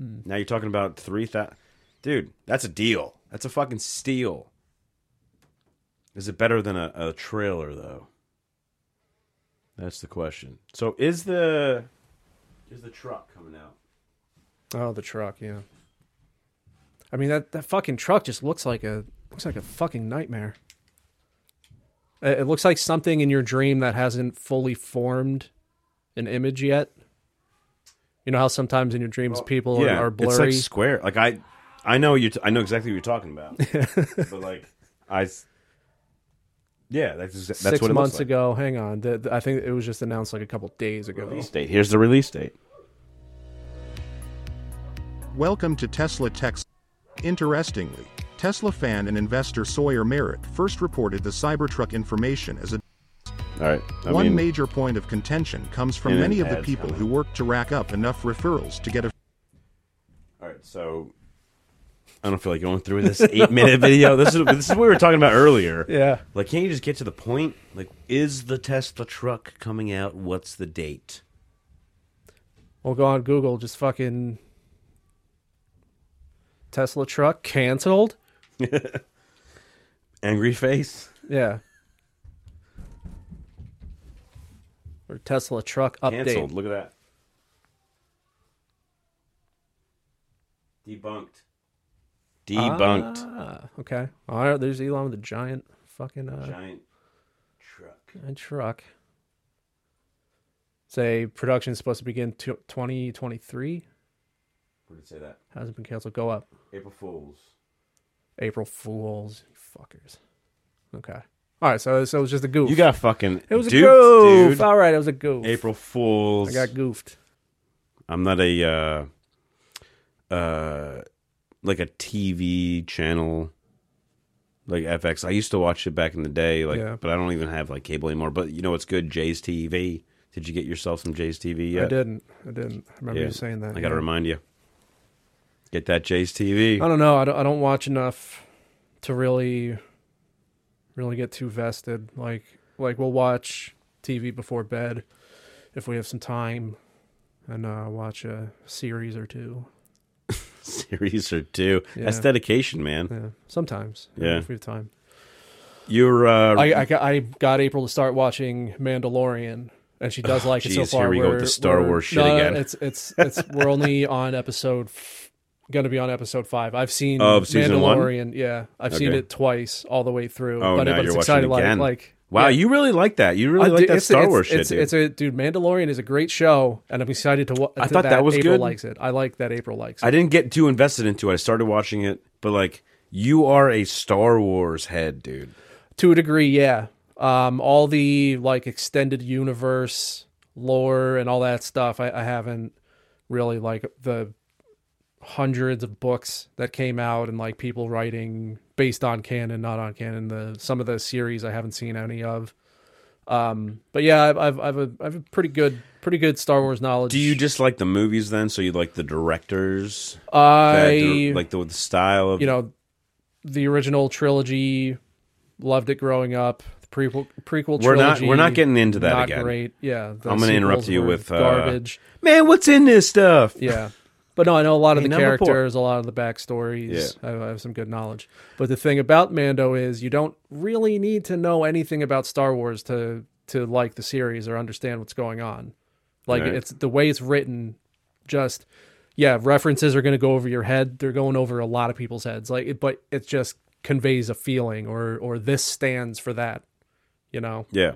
Hmm. Now you're talking about three thousand, dude. That's a deal. That's a fucking steal. Is it better than a, a trailer though? That's the question. So is the is the truck coming out? Oh, the truck. Yeah. I mean that that fucking truck just looks like a looks like a fucking nightmare. It, it looks like something in your dream that hasn't fully formed an image yet. You know how sometimes in your dreams people are, are it's blurry. like square. Like I, I know you. T- I know exactly what you're talking about. but like I, s- yeah, that's exa- that's Six what it months looks like. ago, hang on. The, the- I think it was just announced like a couple days ago. Release date. Here's the release date. Welcome to Tesla Techs. Interestingly, Tesla fan and investor Sawyer Merritt first reported the Cybertruck information as a All right. I one mean, major point of contention comes And from then many of the ads people coming. who worked to rack up enough referrals to get a all right. So I don't feel like going through this eight minute video. This is this is what we were talking about earlier. Yeah. Like, can't you just get to the point? Like, is the Tesla truck coming out? What's the date? Well, go on Google, just fucking Tesla truck canceled. Angry face. Yeah. Or Tesla truck update. Canceled. Look at that. Debunked. Debunked. Ah, okay. All right. There's Elon with a giant fucking uh, Ah. Giant truck. a truck. Say production is supposed to begin t- 2023. Where did it say that? Hasn't been canceled. Go up. April Fools. April Fools, you fuckers. Okay. All right. So, so it was just a goof. You got fucking. it was duped, a goof. dude. All right. It was a goof. April Fools. I got goofed. I'm not a uh uh like a TV channel like FX. I used to watch it back in the day, like Yeah. but I don't even have like cable anymore. But you know what's good? Jay's TV. Did you get yourself some Jay's TV yet? I didn't. I didn't. I remember Yeah. you saying that. I gotta yeah. remind you. Get that Jay's TV. I don't know. I don't, I don't watch enough to really, really get too vested. Like, like we'll watch TV before bed if we have some time, and uh, watch a series or two. Series or two. That's Yeah. dedication, man. Yeah, sometimes. Yeah. if we have time. You're uh I, I, got, I got April to start watching Mandalorian, and she does like it so Oh, jeez, far. here we go with We're- the Star we're- Wars shit no, again. It's it's it's we're only on episode. F- Gonna be on episode five. I've seen Of season one? Mandalorian. Yeah, I've seen Okay. it twice all the way through. Oh, but, now but you're it's watching exciting. it again. Like, like wow, yeah. you really like that. You really I like do- that it's- Star it's- Wars shit, It's, dude. it's a dude. Mandalorian is a great show, and I'm excited to. Wa- to I thought that was April good. Likes it. I like that April likes it. I didn't get too invested into it. I started watching it, but like you are a Star Wars head, dude. to a degree yeah um all the like extended universe lore and all that stuff i, I haven't really like the hundreds of books that came out and like people writing based on canon not on canon the some of the series i haven't seen any of um but yeah i've i've, I've a i've a pretty good pretty good star wars knowledge Do you just like the movies then? So you like the directors, i that dir- like the, the style of you know, the original trilogy, loved it growing up. The prequel prequel We're not- trilogy. we're not getting into that not again. Great. Yeah. the I'm gonna interrupt sequels you were with, uh, garbage. man, what's in this stuff? Yeah. But no, I know a lot of Hey, the number four. characters, a lot of the backstories. I, I have some good knowledge. But the thing about Mando is you don't really need to know anything about Star Wars to to like the series or understand what's going on. Like Right. it's the way it's written, just yeah, references are going to go over your head. They're going over a lot of people's heads. Like, it, but it just conveys a feeling, or or this stands for that. You know, Yeah,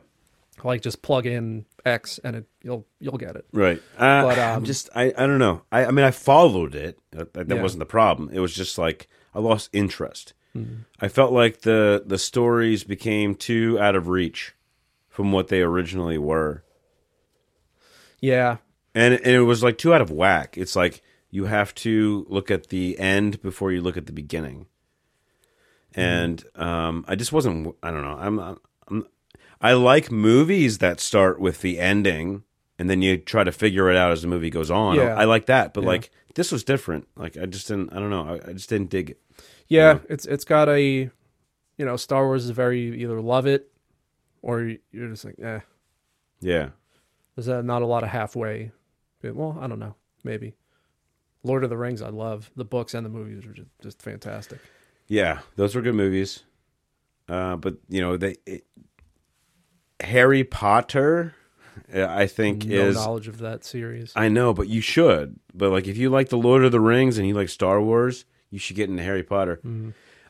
like just plug in X and it you'll you'll get it. right. Uh, But, I'm um, just I I don't know. I I mean I followed it. That, that Yeah. wasn't the problem. It was just like I lost interest. Mm-hmm. I felt like the the stories became too out of reach from what they originally were. Yeah, and and it was like two out of whack. It's like you have to look at the end before you look at the beginning, and um, I just wasn't. I don't know. I'm, I'm I like movies that start with the ending and then you try to figure it out as the movie goes on. Yeah. I like that, but like this was different. Like I just didn't. I don't know. I, I just didn't dig it. yeah, it's it's got a, you know, Star Wars is very you either love it, or you're just like, eh. Yeah. There's uh, not a lot of halfway. Yeah, Well, I don't know, maybe. Lord of the Rings, I love the books and the movies are just, just fantastic. Yeah, those were good movies. Uh, but you know, they it, Harry Potter, uh, I think No is knowledge of that series. I know, but you should. But like, if you like the Lord of the Rings and you like Star Wars, you should get into Harry Potter.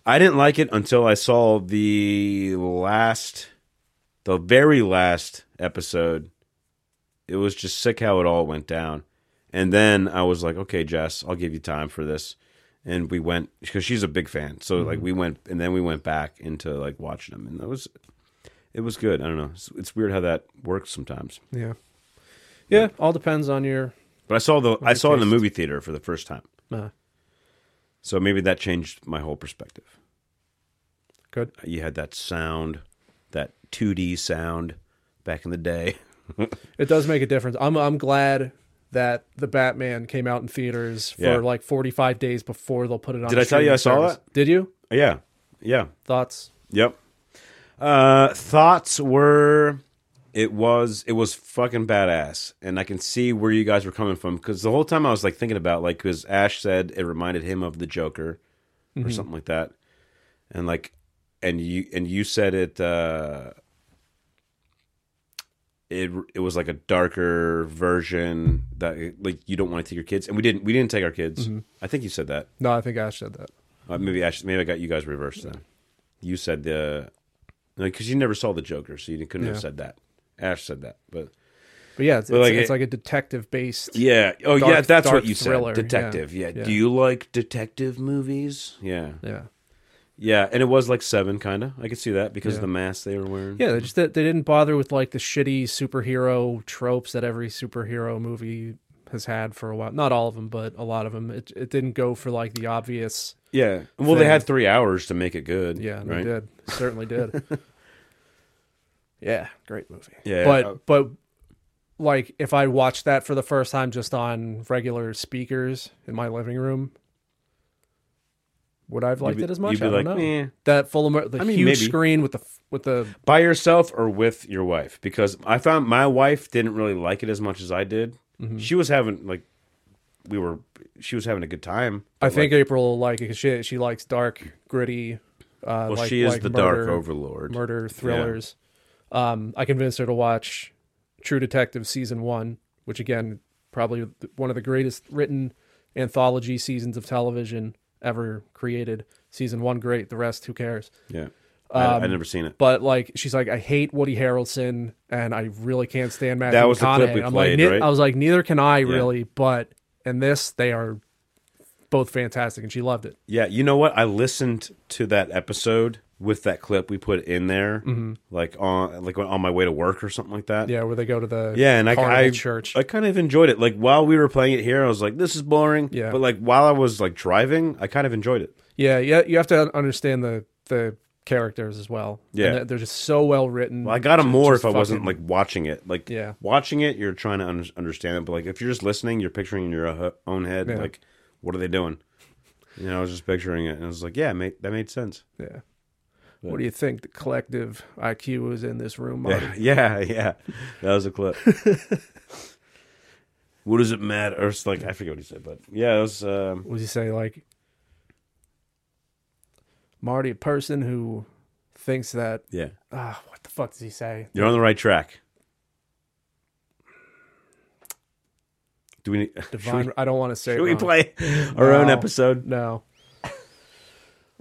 I didn't like it until I saw the last, the very last episode. It was just sick how it all went down. And then I was like, okay, Jess, I'll give you time for this. And we went because she's a big fan. So like we went, and then we went back into like watching them, and that was, it was good. I don't know. It's, it's weird how that works sometimes. yeah. Yeah, all depends on your. But I saw the I saw it in the taste. movie theater for the first time, Uh, so maybe that changed my whole perspective. good. You had that sound, that two D sound back in the day. It does make a difference. I'm I'm glad that the Batman came out in theaters for Yeah. like 45 days before they'll put it on. Did I tell you I saw it? Did you? Yeah. Yeah. Thoughts? Yep. Uh, thoughts were it was it was fucking badass, and I can see where you guys were coming from because the whole time I was like thinking about like because Ash said it reminded him of the Joker or something like that, and like and you and you said it. uh it, it was like a darker version that like you don't want to take your kids and we didn't we didn't take our kids I think you said that No, I think Ash said that. uh, maybe I should, maybe I got you guys reversed then. You said the because you never saw the Joker, so you couldn't Yeah. have said that. Ash said that, but But yeah, it's, But, it's, like, it's it- like a detective based. yeah, oh Dark- yeah, that's dark what you thriller, yeah, said. Detective, yeah. yeah. Do you like detective movies? Yeah, Yeah. yeah. And it was like seven, kind of. I could see that because of the mask they were wearing. Yeah, they just they they didn't bother with like the shitty superhero tropes that every superhero movie has had for a while. Not all of them, but a lot of them. It it didn't go for like the obvious. yeah. Well, they Thing. had three hours to make it good. Yeah, right. they did. Certainly did. yeah, great movie. Yeah, but uh, but like if I watched that for the first time just on regular speakers in my living room, would I have liked be- it as much? you'd be I don't like, know. "Meh." That full immer- the I mean, huge maybe. screen with the f- with the by yourself or with your wife because i found my wife didn't really like it as much as i did Mm-hmm. she was having like we were she was having a good time I but, think like, April will like it because she she likes dark, gritty. Uh, well like, she is like the dark murder- overlord murder thrillers. Um, I convinced her to watch True Detective season one, which again probably th- one of the greatest written anthology seasons of television ever created. Season one, great. The rest, who cares? yeah I, Um, I never seen it But like, she's like, I hate Woody Harrelson, and I really can't stand Matthew That was the clip McConaughey. we I'm played, like, "Ne- right? I was like, neither can I really, but and this, they are both fantastic, and she loved it. yeah you know what i listened to that episode with that clip we put in there like on like on my way to work or something like that Mm-hmm. Yeah, where they go to the yeah and I, Carnival I church. i kind of enjoyed it like while we were playing it here i was like this is boring Yeah. but like while i was like driving i kind of enjoyed it Yeah, yeah, you have to understand the the characters as well. Yeah. And they're- they're just so well written. Well, I got them Ju- more if just I wasn't like fucking- watching it. Like Yeah. watching it, you're trying to un- understand it, but like if you're just listening, you're picturing in your uh, own head Yeah. like what are they doing? You know, I was just picturing it, and I was like, yeah, mate, that made sense. yeah. What do you think the collective IQ was in this room? Marty? Yeah, yeah, yeah. That was a clip. what does it matter? Or it's like I forget what he said, but yeah, it was. Um, What does he say? Like, Marty, a person who thinks that yeah, ah, what the fuck does he say? you're on the right track. Do we need? should we, Divine. I don't want to say. it should we wrong. play our own No. episode? No.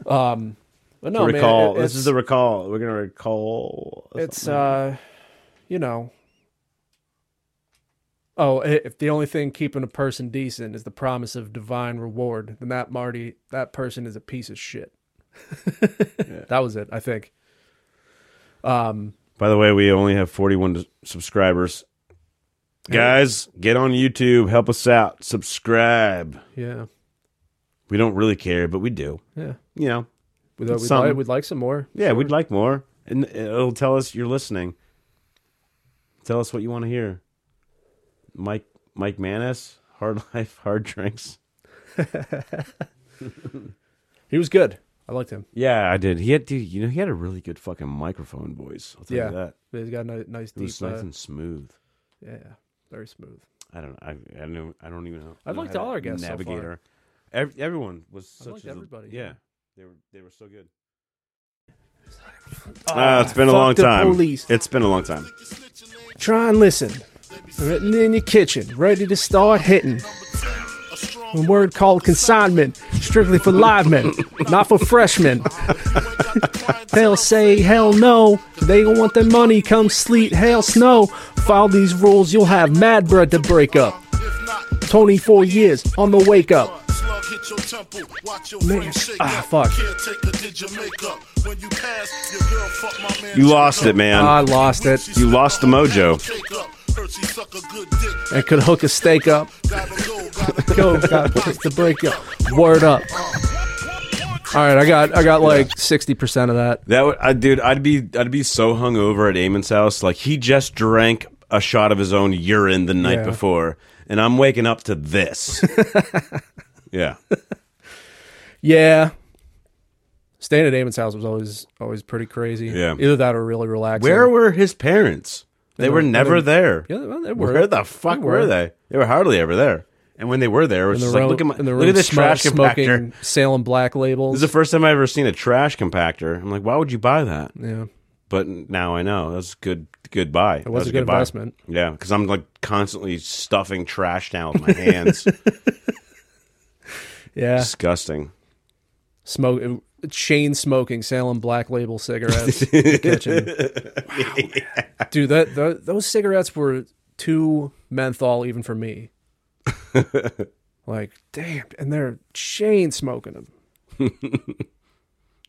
Um. But no, to recall. Man, it- this is it's- the recall. We're gonna recall. it's something. uh you know oh i- if the only thing keeping a person decent is the promise of divine reward then that marty that person is a piece of shit that was it i think um By the way, we only have forty-one dis- subscribers. Guys, get on YouTube. Help us out. Subscribe. yeah We don't really care, but we do. yeah You know. we'd, we'd, Some. like, we'd like some more Yeah, we'd like more, and it'll tell us you're listening. Tell us what you want to hear. Mike, Mike Manis, hard life, hard drinks. he was good i liked him Yeah, I did. He had, dude, you know, he had a really good fucking microphone voice. I'll tell yeah you that. he's got a ni- nice It deep was nice uh, and smooth. yeah very smooth I don't. I. I don't. I don't even know. I've know liked how to all our guests so far. Navigate her. Ev- everyone was I've such. liked as a- everybody, yeah. yeah, they were. They were so good. Ah, it's been a fuck long the time. police. It's been a long time. try and listen written in your kitchen ready to start hitting a word called consignment, strictly for live men, not for freshmen. They'll say hell no, they don't want their money. Come sleet, hail, snow. Follow these rules, you'll have mad bread to break up. Tony, four years on the wake up. Man, ah, fuck. You lost it, man. I lost it. you lost the mojo. And could hook a steak up. Go, got to break up. Word up. All right, I got, I got like sixty percent of that. That would, I, dude, I'd be, I'd be so hungover at Eamon's house. Like he just drank a shot of his own urine the night Yeah. before, and I'm waking up to this. yeah, Yeah. Staying at Damon's house was always always pretty crazy. Yeah. Either that or really relaxing. where were his parents? They, They were, were- never they- there. Yeah, well, they were. Where the fuck They were. they? They were hardly ever there. And when they were there, it was In the just room, like, look at my, in the look at room this smoke- trash smoking compactor. Salem black This labels. is the first time I've ever seen a trash compactor. I'm like, why would you buy that? yeah, But now I know that's good. Good buy. It was a good investment. Yeah, because I'm like constantly stuffing trash now with my hands. yeah. Disgusting. Smoke chain smoking Salem black label cigarettes in the kitchen. Wow. Dude, that, tho- those cigarettes were too menthol even for me. like, damn, and they're chain smoking them.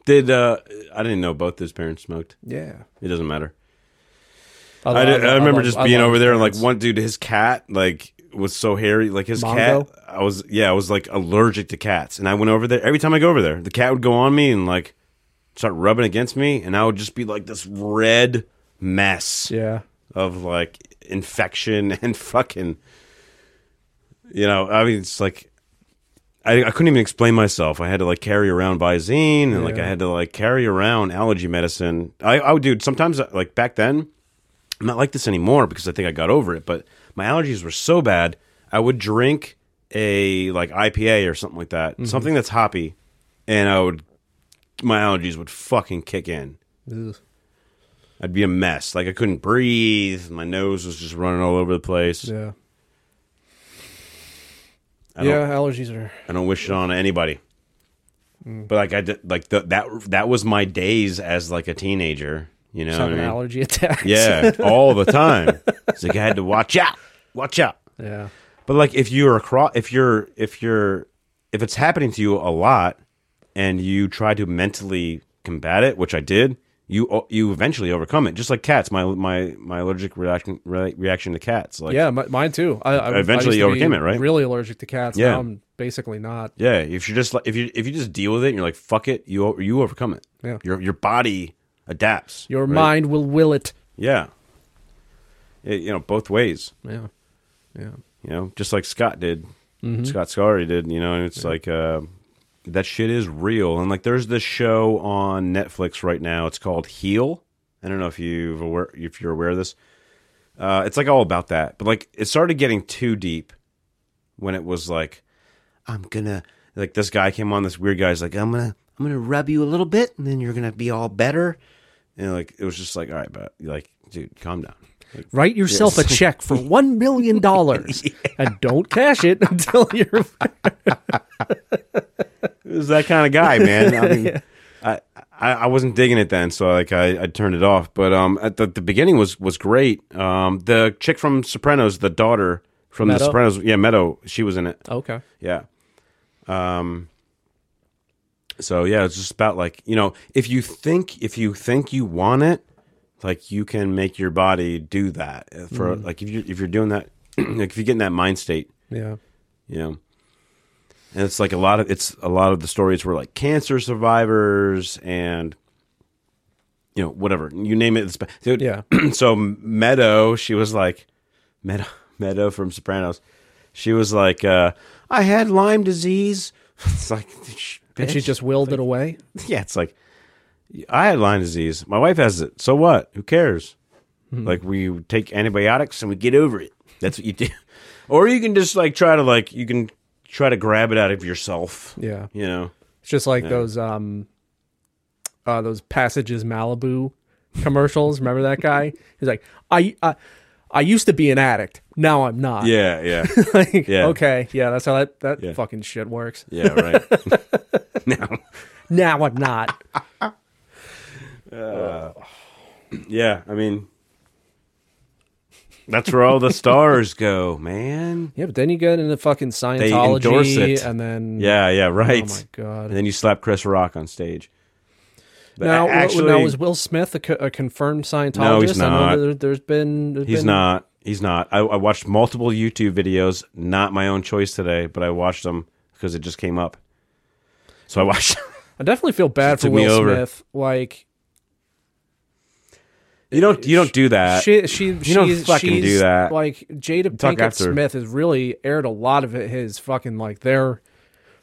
Did uh I didn't know both his parents smoked. Yeah. It doesn't matter. I, I, did- love- I remember love- just I being love over there and like cigarettes. one dude, his cat like was so hairy. Like his Mongo? cat, I was yeah, I was like allergic to cats, and I went over there every time I go over there. The cat would go on me and like start rubbing against me, and I would just be like this red mess Yeah. of like infection and fucking. You know, I mean, it's like I, I couldn't even explain myself. I had to like carry around Visine, and like I Yeah. had to like carry around allergy medicine. I, I would, dude. Sometimes, uh, like back then, I'm not like this anymore because I think I got over it. But my allergies were so bad, I would drink a like IPA or something like that, something that's hoppy, and I would my allergies would fucking kick in. Ugh. I'd be a mess. Like I couldn't breathe. My nose was just running all over the place. Yeah. I don't, Yeah, allergies are I don't wish it on anybody. Mm. But like I did, like the, that that was my days as like a teenager. You know, just what I having mean? allergy attacks. yeah, all the time. It's like I had to watch out, watch out. Yeah. But like if you're across, if you're if you're if it's happening to you a lot, and you try to mentally combat it, which I did, you you eventually overcome it. Just like cats, my my my allergic reaction re- reaction to cats, like yeah, mi- mine too. I, I Eventually I used to you overcame be it, right? Really allergic to cats. Yeah. Now I'm basically not. Yeah, if you're just like if you if you just deal with it, and you're like fuck it, you o- you overcome it. Yeah. your your body adapts. Your right? mind will will it. yeah. It- you know both ways. Yeah. Yeah. You know, just like Scott did, Scott Scarry did. You know, and it's like uh, that shit is real. And like, there's this show on Netflix right now. It's called Heal. I don't know if you've aware if you're aware of this. Uh, it's like all about that, but like it started getting too deep when it was like I'm gonna like this guy came on this weird guy's like I'm gonna I'm gonna rub you a little bit and then you're gonna be all better and like it was just like all right but like dude calm down Write yourself a check for one million dollars and don't cash it until you're. it was that kind of guy man I mean I, I I wasn't digging it then so like I, I turned it off but um at the, the beginning was was great um the chick from Sopranos the daughter from the Meadow? Sopranos yeah Meadow she was in it okay. Yeah. Um so yeah, it's just about like, you know, if you think if you think you want it, like you can make your body do that. Uh, For like if you if you're doing that like if you get in that mind state, Yeah. you know. And it's like a lot of it's a lot of the stories were like cancer survivors and you know, whatever. You name it. It's, ba- dude, Yeah. so Meadow, she was like Meadow, Meadow from Sopranos. She was like, uh, I had Lyme disease. It's like, sh- And she bitch. just willed it away. yeah, it's like, I had Lyme disease. My wife has it. So what? Who cares? Hmm. Like we take antibiotics and we get over it. That's what you do. or you can just like try to like you can try to grab it out of yourself. Yeah. You know. It's just like those um, uh, those passages Malibu commercials. Remember that guy? He's like, I, I, I used to be an addict. Now I'm not. Yeah, yeah. Like, Yeah. Okay. Yeah. That's how that that Yeah. fucking shit works. yeah, right. now Now I'm not. Yeah, I mean, that's where all the stars go, man. yeah, but then you get into fucking Scientology, endorse it. and then Yeah, yeah, right. Oh my And god. then you slap Chris Rock on stage. But Now, a- actually, now is Will Smith a, co- a confirmed Scientologist? I not. know there, there's been there's he's been- not. He's not. I, I watched multiple YouTube videos, not my own choice today, but I watched them because it just came up. So I watched. I definitely feel bad for took me Will over. Smith. Like You don't. You don't do that. She, she, you don't fucking do that. Like Jada Talk Pinkett after. Smith has really aired a lot of his fucking like their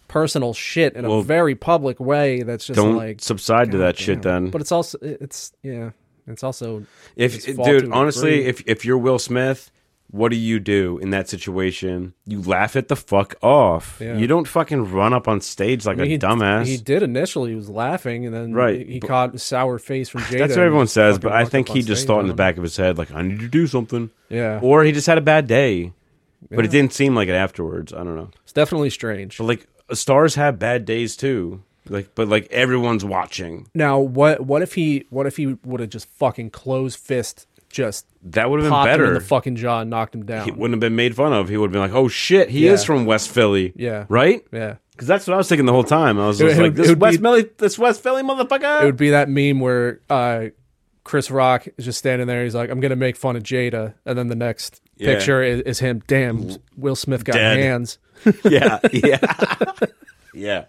personal shit in Well, a very public way. That's just don't like subside to that shit. damn. Then, But it's also it's yeah, it's also if it's fault to dude, a honestly, degree. if if you're Will Smith, what do you do in that situation? You laugh it the fuck off. Yeah. You don't fucking run up on stage like I mean, a he, dumbass. He did initially. He was laughing, and then Right, he but- caught a sour face from Jada. That's what and everyone says, fucking but I walked think up he on just stage thought in on the him. back of his head, like, I need to do something. Yeah, Or he just had a bad day. But it didn't seem like it afterwards. I don't know. it's definitely strange. But like stars have bad days too. Like but like everyone's watching. Now, what what if he what if he would have just fucking closed fist just That would have been popped him in better. the fucking jaw and knocked him down? he wouldn't have been made fun of. He would have been like, "Oh shit, he is Yeah. from West Philly." Yeah. Right? yeah, Cuz that's what I was thinking the whole time. I was It just would- like, it "This would West be- Philly, this West Philly motherfucker." it would be that meme where uh, Chris Rock is just standing there. He's like, "I'm gonna make fun of Jada," and then the next Yeah. picture is, is him. Damn, Will Smith got Dead. hands. yeah, yeah, yeah.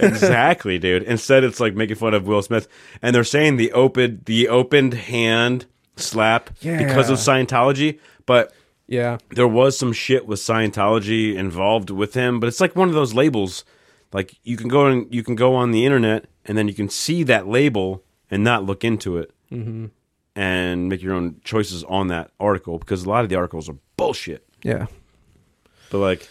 Exactly, dude. Instead, it's like making fun of Will Smith, and they're saying the open the opened hand slap because of Scientology, but. Yeah, There was some shit with Scientology involved with him, but it's like one of those labels. Like you can go and you can go on the internet, and then you can see that label and not look into it, mm-hmm. and make your own choices on that article because a lot of the articles are bullshit. yeah. But like,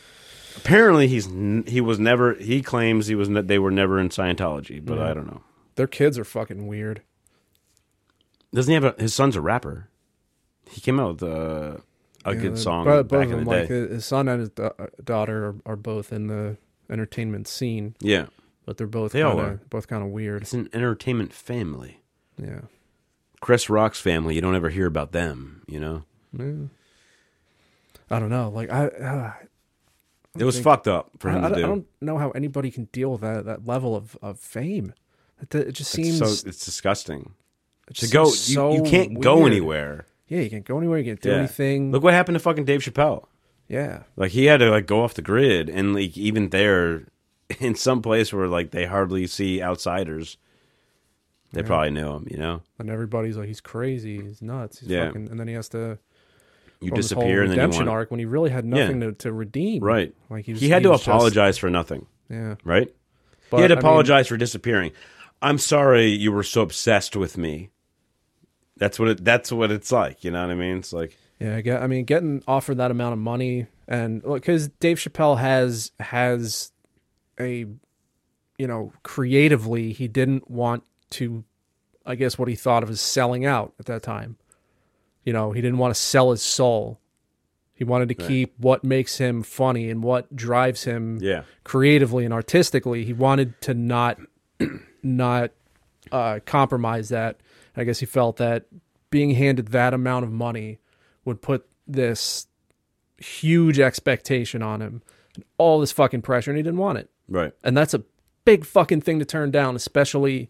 apparently he's n- he was never he claims he was ne- they were never in Scientology, but I don't know. Their kids are fucking weird. Doesn't he have a, his son's a rapper? He came out with a, a Yeah, good the- song bo- back of in them, the like, day. his- his son and his da- uh, daughter are, are both in the entertainment scene, yeah, but they're both They all kinda, are. both kind of weird. it's an entertainment family. Yeah, Chris Rock's family, you don't ever hear about them. You know, I don't know. Like I, uh, it was fucked up for I, him I, to I do. don't know how anybody can deal with that that level of of fame. It, it just It's seems so it's disgusting it to just go. You, seems so you can't go weird. anywhere. Yeah, you can't go anywhere. You can't do Yeah. anything. Look what happened to fucking Dave Chappelle. yeah, Like he had to like go off the grid, and like even there, in some place where like they hardly see outsiders, they probably knew him. You know, and everybody's like, he's crazy. He's nuts. He's Yeah. fucking, and then he has to you go on this whole disappear and then you redemption want arc when he really had nothing to, to redeem. right. Like he, he, was, had to was just- apologize for nothing, yeah, right? But, he had to I mean, apologize for disappearing. I'm sorry you were so obsessed with me. That's what it. That's what it's like. You know what I mean? It's like Yeah, I, get, I mean, getting offered that amount of money and because Dave Chappelle has has a you know creatively he didn't want to, I guess what he thought of as selling out at that time. You know, he didn't want to sell his soul. He wanted to keep what makes him funny and what drives him yeah, creatively and artistically. He wanted to not not uh, compromise that. I guess he felt that being handed that amount of money would put this huge expectation on him, and all this fucking pressure, and he didn't want it. right. And that's a big fucking thing to turn down, especially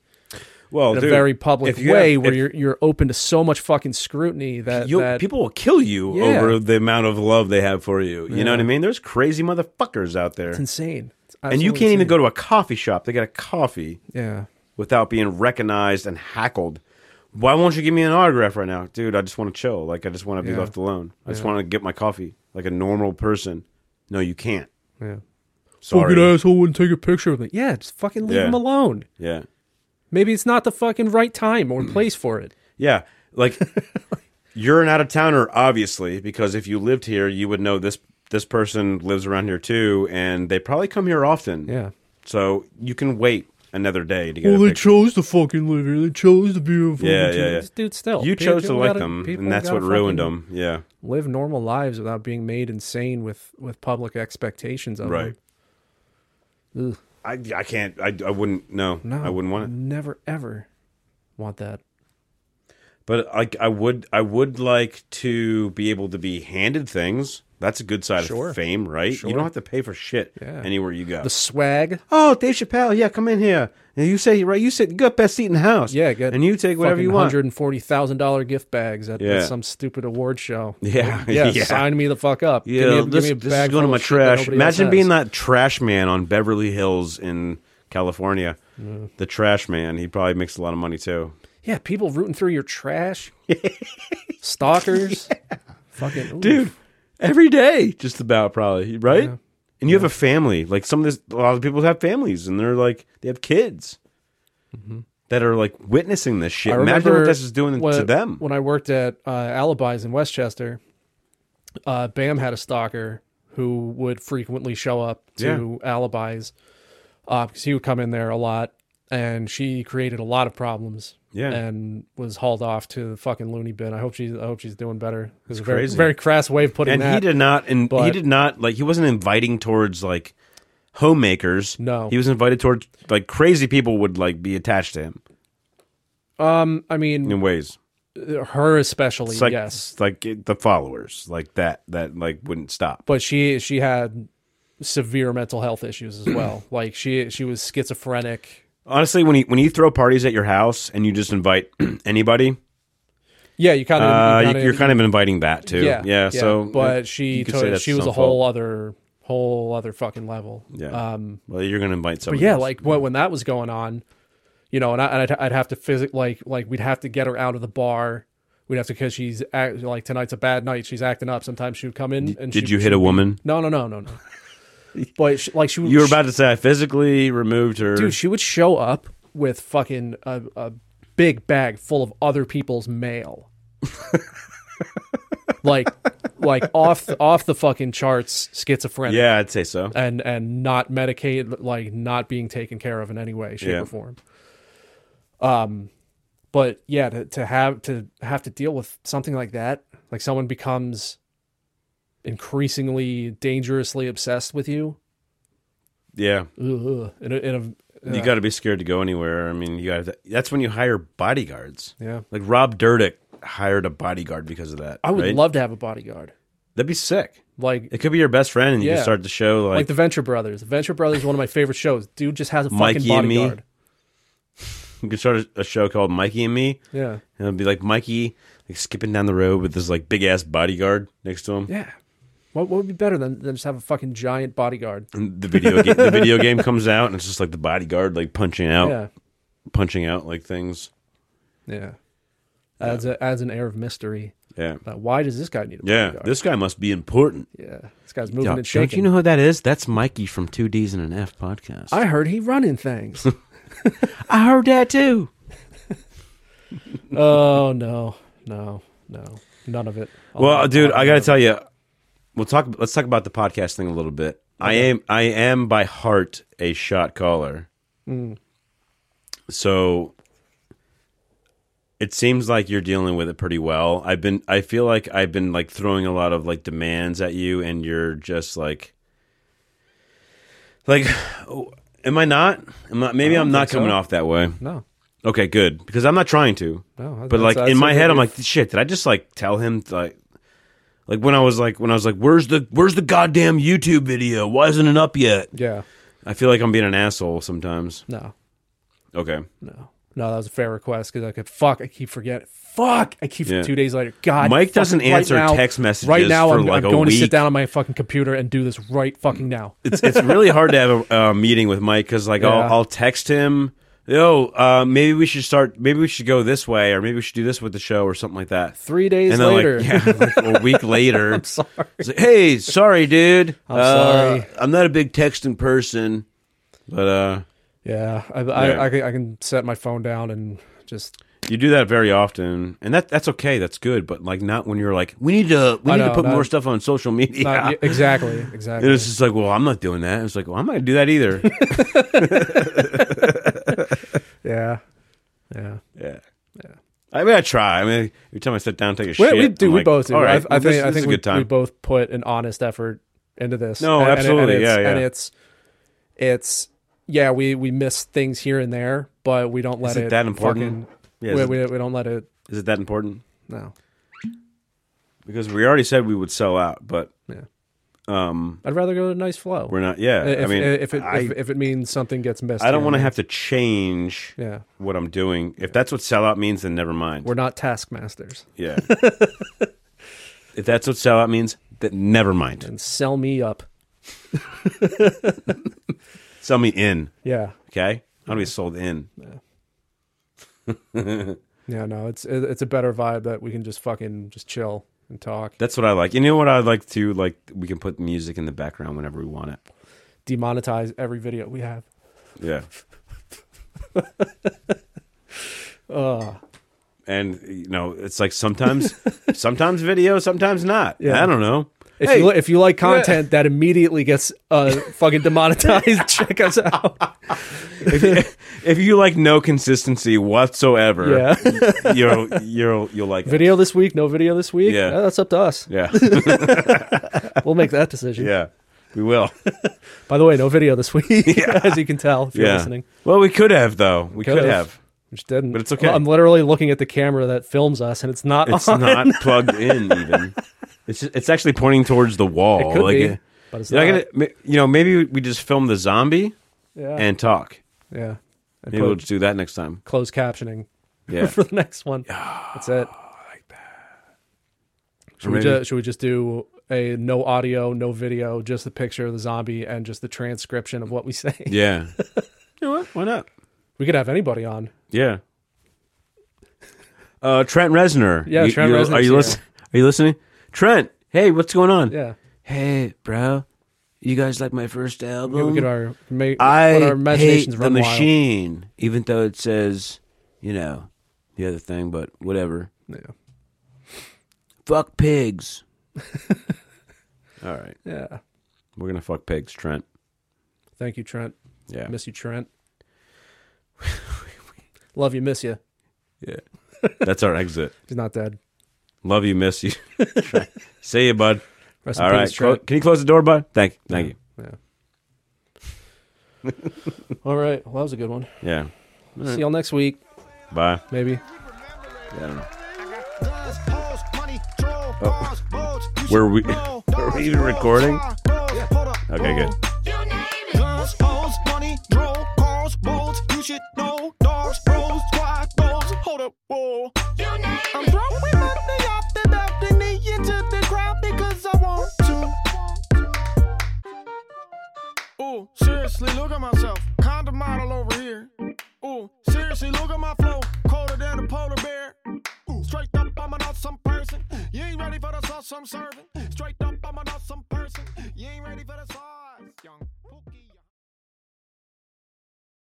Well, in a Oh, dude, very public if you way have- where if you're you're open to so much fucking scrutiny that, you that people will kill you Yeah. over the amount of love they have for you. You Yeah. know what I mean? There's crazy motherfuckers out there. it's insane. It's and you absolutely can't even go insane. to a coffee shop to get a coffee Yeah. without being recognized and hackled. Why won't you give me an autograph right now, dude? I just want to chill. Like I just want to be Yeah. left alone. I just want to get my coffee like a normal person. No, you can't. Yeah. Sorry. Fucking asshole wouldn't take a picture with me. Yeah, just fucking leave Yeah. him alone. yeah, Maybe it's not the fucking right time Mm. or place for it. yeah. Like you're an out of towner, obviously, because if you lived here, you would know this. This person lives around here too, and they probably come here often. So you can wait another day to get. a picture. chose to fucking live here. They chose to be here. Yeah, yeah, yeah. Dude, still. You chose to people like gotta- them, people and that's gotta what ruined fucking them. Yeah. Live normal lives without being made insane with, with public expectations of Right. them. Ugh, I, I can't. I, I wouldn't. No, no, I wouldn't want it. Never, ever want that. But like, I would. I would like to be able to be handed things. That's a good side Sure. of fame, right? You Sure. don't have to pay for shit Yeah. anywhere you go. The swag. oh, Dave Chappelle, yeah, come in here. And you say right. You sit. You got best seat in the house. Yeah, get and you take whatever you want. $140,000 gift bags at, at Yeah. some stupid award show. Yeah, Yeah, yeah. sign me the fuck up. Yeah, give me a, this, give me a this is bag going to full my of shit that trash. nobody else Imagine has. being that trash man on Beverly Hills in California. The trash man. He probably makes a lot of money too. Yeah, people rooting through your trash, stalkers, fucking ooh. dude. Every day, just about probably right. And you have a family. Like some of this, a lot of people have families, and they're like they have kids that are like witnessing this shit. Mm-hmm. I Imagine remember what this is doing when, to them. When I worked at uh, Alibis in Westchester, uh, Bam had a stalker who would frequently show up to Alibis because he would come in there a lot, and she created a lot of problems. Yeah. and was hauled off to the fucking loony bin. I hope she's I hope she's doing better. It was a very, crazy. very crass way of putting and that. he did not, and he but- did not like he wasn't inviting towards like homemakers. No. he was invited towards like crazy people would like be attached to him I mean, in ways. her especially. It's like yes, it's like the followers, like that that like wouldn't stop. but she she had severe mental health issues as well. like she she was schizophrenic. Honestly, when you when you throw parties at your house and you just invite anybody, Yeah, you kind of uh, you, you're kind of inviting that too. Yeah, so but it- she you could to- say that's she was some a whole fault. other whole other fucking level. Yeah. Um, well, you're gonna invite But somebody. yeah, else. like when when that was going on, you know, and, I, and I'd, I'd have to physic like like we'd have to get her out of the bar. We'd have to because she's act, like tonight's a bad night. She's acting up. Sometimes she would come in and did she- you she hit a would be- woman? No, no, no, no, no. but she, like she, You were about to say I physically removed her. dude, she would show up with fucking a, a big bag full of other people's mail. like like off off the fucking charts schizophrenic yeah, I'd say so. and and not medicated like not being taken care of in any way shape Yeah. or form um but yeah to, to have to have to deal with something like that like someone becomes increasingly dangerously obsessed with you yeah, ugh, in a, in a you got to be scared to go anywhere. I mean, you got to. That's when you hire bodyguards. yeah Like Rob Dyrdek hired a bodyguard because of that. i would right? love to have a bodyguard that'd be sick. like It could be your best friend, and you Yeah. can start the show like, like the venture brothers the venture brothers is one of my favorite shows dude just has a fucking Mikey and me. bodyguard you could start a, a show called Mikey and Me, yeah and it'd be like Mikey like skipping down the road with this like big ass bodyguard next to him. yeah what, what would be better than, than just have a fucking giant bodyguard And the video game, the video game comes out, and it's just like the bodyguard like punching out, yeah punching out like things. Yeah. Adds a, adds an air of mystery. Yeah, But why does this guy need a yeah. bodyguard? This guy must be important. yeah. This guy's moving and shaking. don't you know who that is? That's Mikey from Two D's and an F podcast. I heard he running things. I heard that too. oh no, no, no, none of it. I'll Well, never dude, talk I got to about tell you, we'll talk. Let's talk about the podcast thing a little bit. I am, I am by heart a shot caller. Mm. So it seems like you're dealing with it pretty well. I've been, I feel like I've been like throwing a lot of like demands at you, and you're just like, like, oh, am I not? I'm not. Maybe I'm not think coming so. off that way. it. no, Okay, good. Because I'm not trying to. No, that's- but like that's- in my that's a head, I'm good- like, shit. Did I just like tell him like, like when I was like when I was like, where's the where's the goddamn YouTube video? Why isn't it up yet? yeah, I feel like I'm being an asshole sometimes. no, Okay, no, no. That was a fair request because I could fuck. I keep forgetting. Fuck! I keep Yeah. two days later. God, Mike fucking doesn't right answer now- text messages Right now, for, I'm, like, I'm a going to week. sit down on my fucking computer and do this right fucking now. it's it's really hard to have a, a meeting with Mike because like Yeah. I'll I'll text him. Yo, uh, maybe we should start. Maybe we should go this way, or maybe we should do this with the show, or something like that. Three days then, later. like, yeah, like a week later. I'm sorry. hey, sorry, dude. I'm sorry. I'm not a big texting person, but uh, Yeah, I, I, Yeah. I, can, I can set my phone down and just you do that very often, and that that's okay. That's good, but like not when you're like, we need to we I need know, to put not- more stuff on social media. not, exactly, exactly. And it's just like, well, I'm not doing that. It's like, well, I'm not gonna do that either. Yeah. Yeah. yeah. I mean, I try. I mean, every time I sit down, and take a We, shit. we do. I'm we like, both do. All right, I, I well, this- think, I this is think a we, good time. we both put an honest effort into this. No, And- and it- absolutely. And, it's, Yeah, And yeah. it's, it's, yeah, we, we miss things here and there, but we don't let Is it it that important? fucking- Yeah, we, is, we, it, we don't let it, is it that important? no. Because we already said we would sell out, but Yeah. um, I'd rather go to nice flow. we're not. Yeah, if, I mean, if it, I, if, if it means something gets missed. I don't here want to and have to change there. Yeah. what I'm doing. If that's what sellout means, then never mind. We're not taskmasters. yeah. if that's what sellout means, then never mind. And sell me up. Sell me in, Yeah. okay? I want to be sold in. Yeah, no, it's it- it's a better vibe that we can just fucking just chill and talk. That's what I like. You know what I like to like? We can put music in the background whenever we want it. Demonetize every video we have. Yeah. And you know, it's like sometimes, sometimes video, sometimes not. Yeah. I don't know. If you you if you like content that immediately gets uh fucking demonetized, check us out. If you like no consistency whatsoever, Yeah. y- you'll you'll you'll like it. Video this week, no video this week. Uh, Yeah. that's up to us. Yeah, We'll make that decision. yeah, we will. By the way, no video this week, as you can tell if you're yeah. listening. Well, we could have though. We could Could've, have. Which didn't. But it's okay. I'm literally looking at the camera that films us, and it's not. It's on. not plugged in even. It's just, it's actually pointing towards the wall. It could like be, uh, but it's you're not not. gonna- ma- you know, maybe we just film the zombie Yeah. and talk. yeah. And Maybe we'll put just do that next time. closed captioning Yeah. for the next one. That's it. Should we, maybe- just, should we just do a no audio, no video, just the picture of the zombie and just the transcription of what we say? yeah. you know what? Why not? We could have anybody on. Yeah. Uh, Trent Reznor. Yeah, You- Trent you- Reznor's Are you here. listening? Are you listening? Trent, hey, what's going on? Yeah. Hey, bro. You guys like my first album? we could our, make, I let our hate imaginations the run wild. machine, even though it says, you know, the other thing, but whatever. Yeah. Fuck pigs. All right, Yeah. we're gonna fuck pigs, Trent. Thank you, Trent. Yeah, Miss you, Trent. Love you, miss you. yeah. That's our exit. He's not dead. Love you, miss you. Trent. See you, bud. Rest All in right, peace, clo- Trent. can you close the door, bud? Thank, thank you. All right. Well, that was a good one. Yeah. See y'all next week, Bye. maybe. I don't know. Oh. Were we were we even recording? Okay, Okay, good. good. Guns, hoes, money, draw, cars, balls. You should know dogs, bros, squad, balls. Hold up, whoa. I'm throwing money off the balcony into the ground because I want to. Ooh, seriously, look at myself. Condom model over here. Ooh, seriously, look at my flow. Colder than a polar bear. Ooh, straight up, I'm an awesome person. You ain't ready for the sauce I'm serving.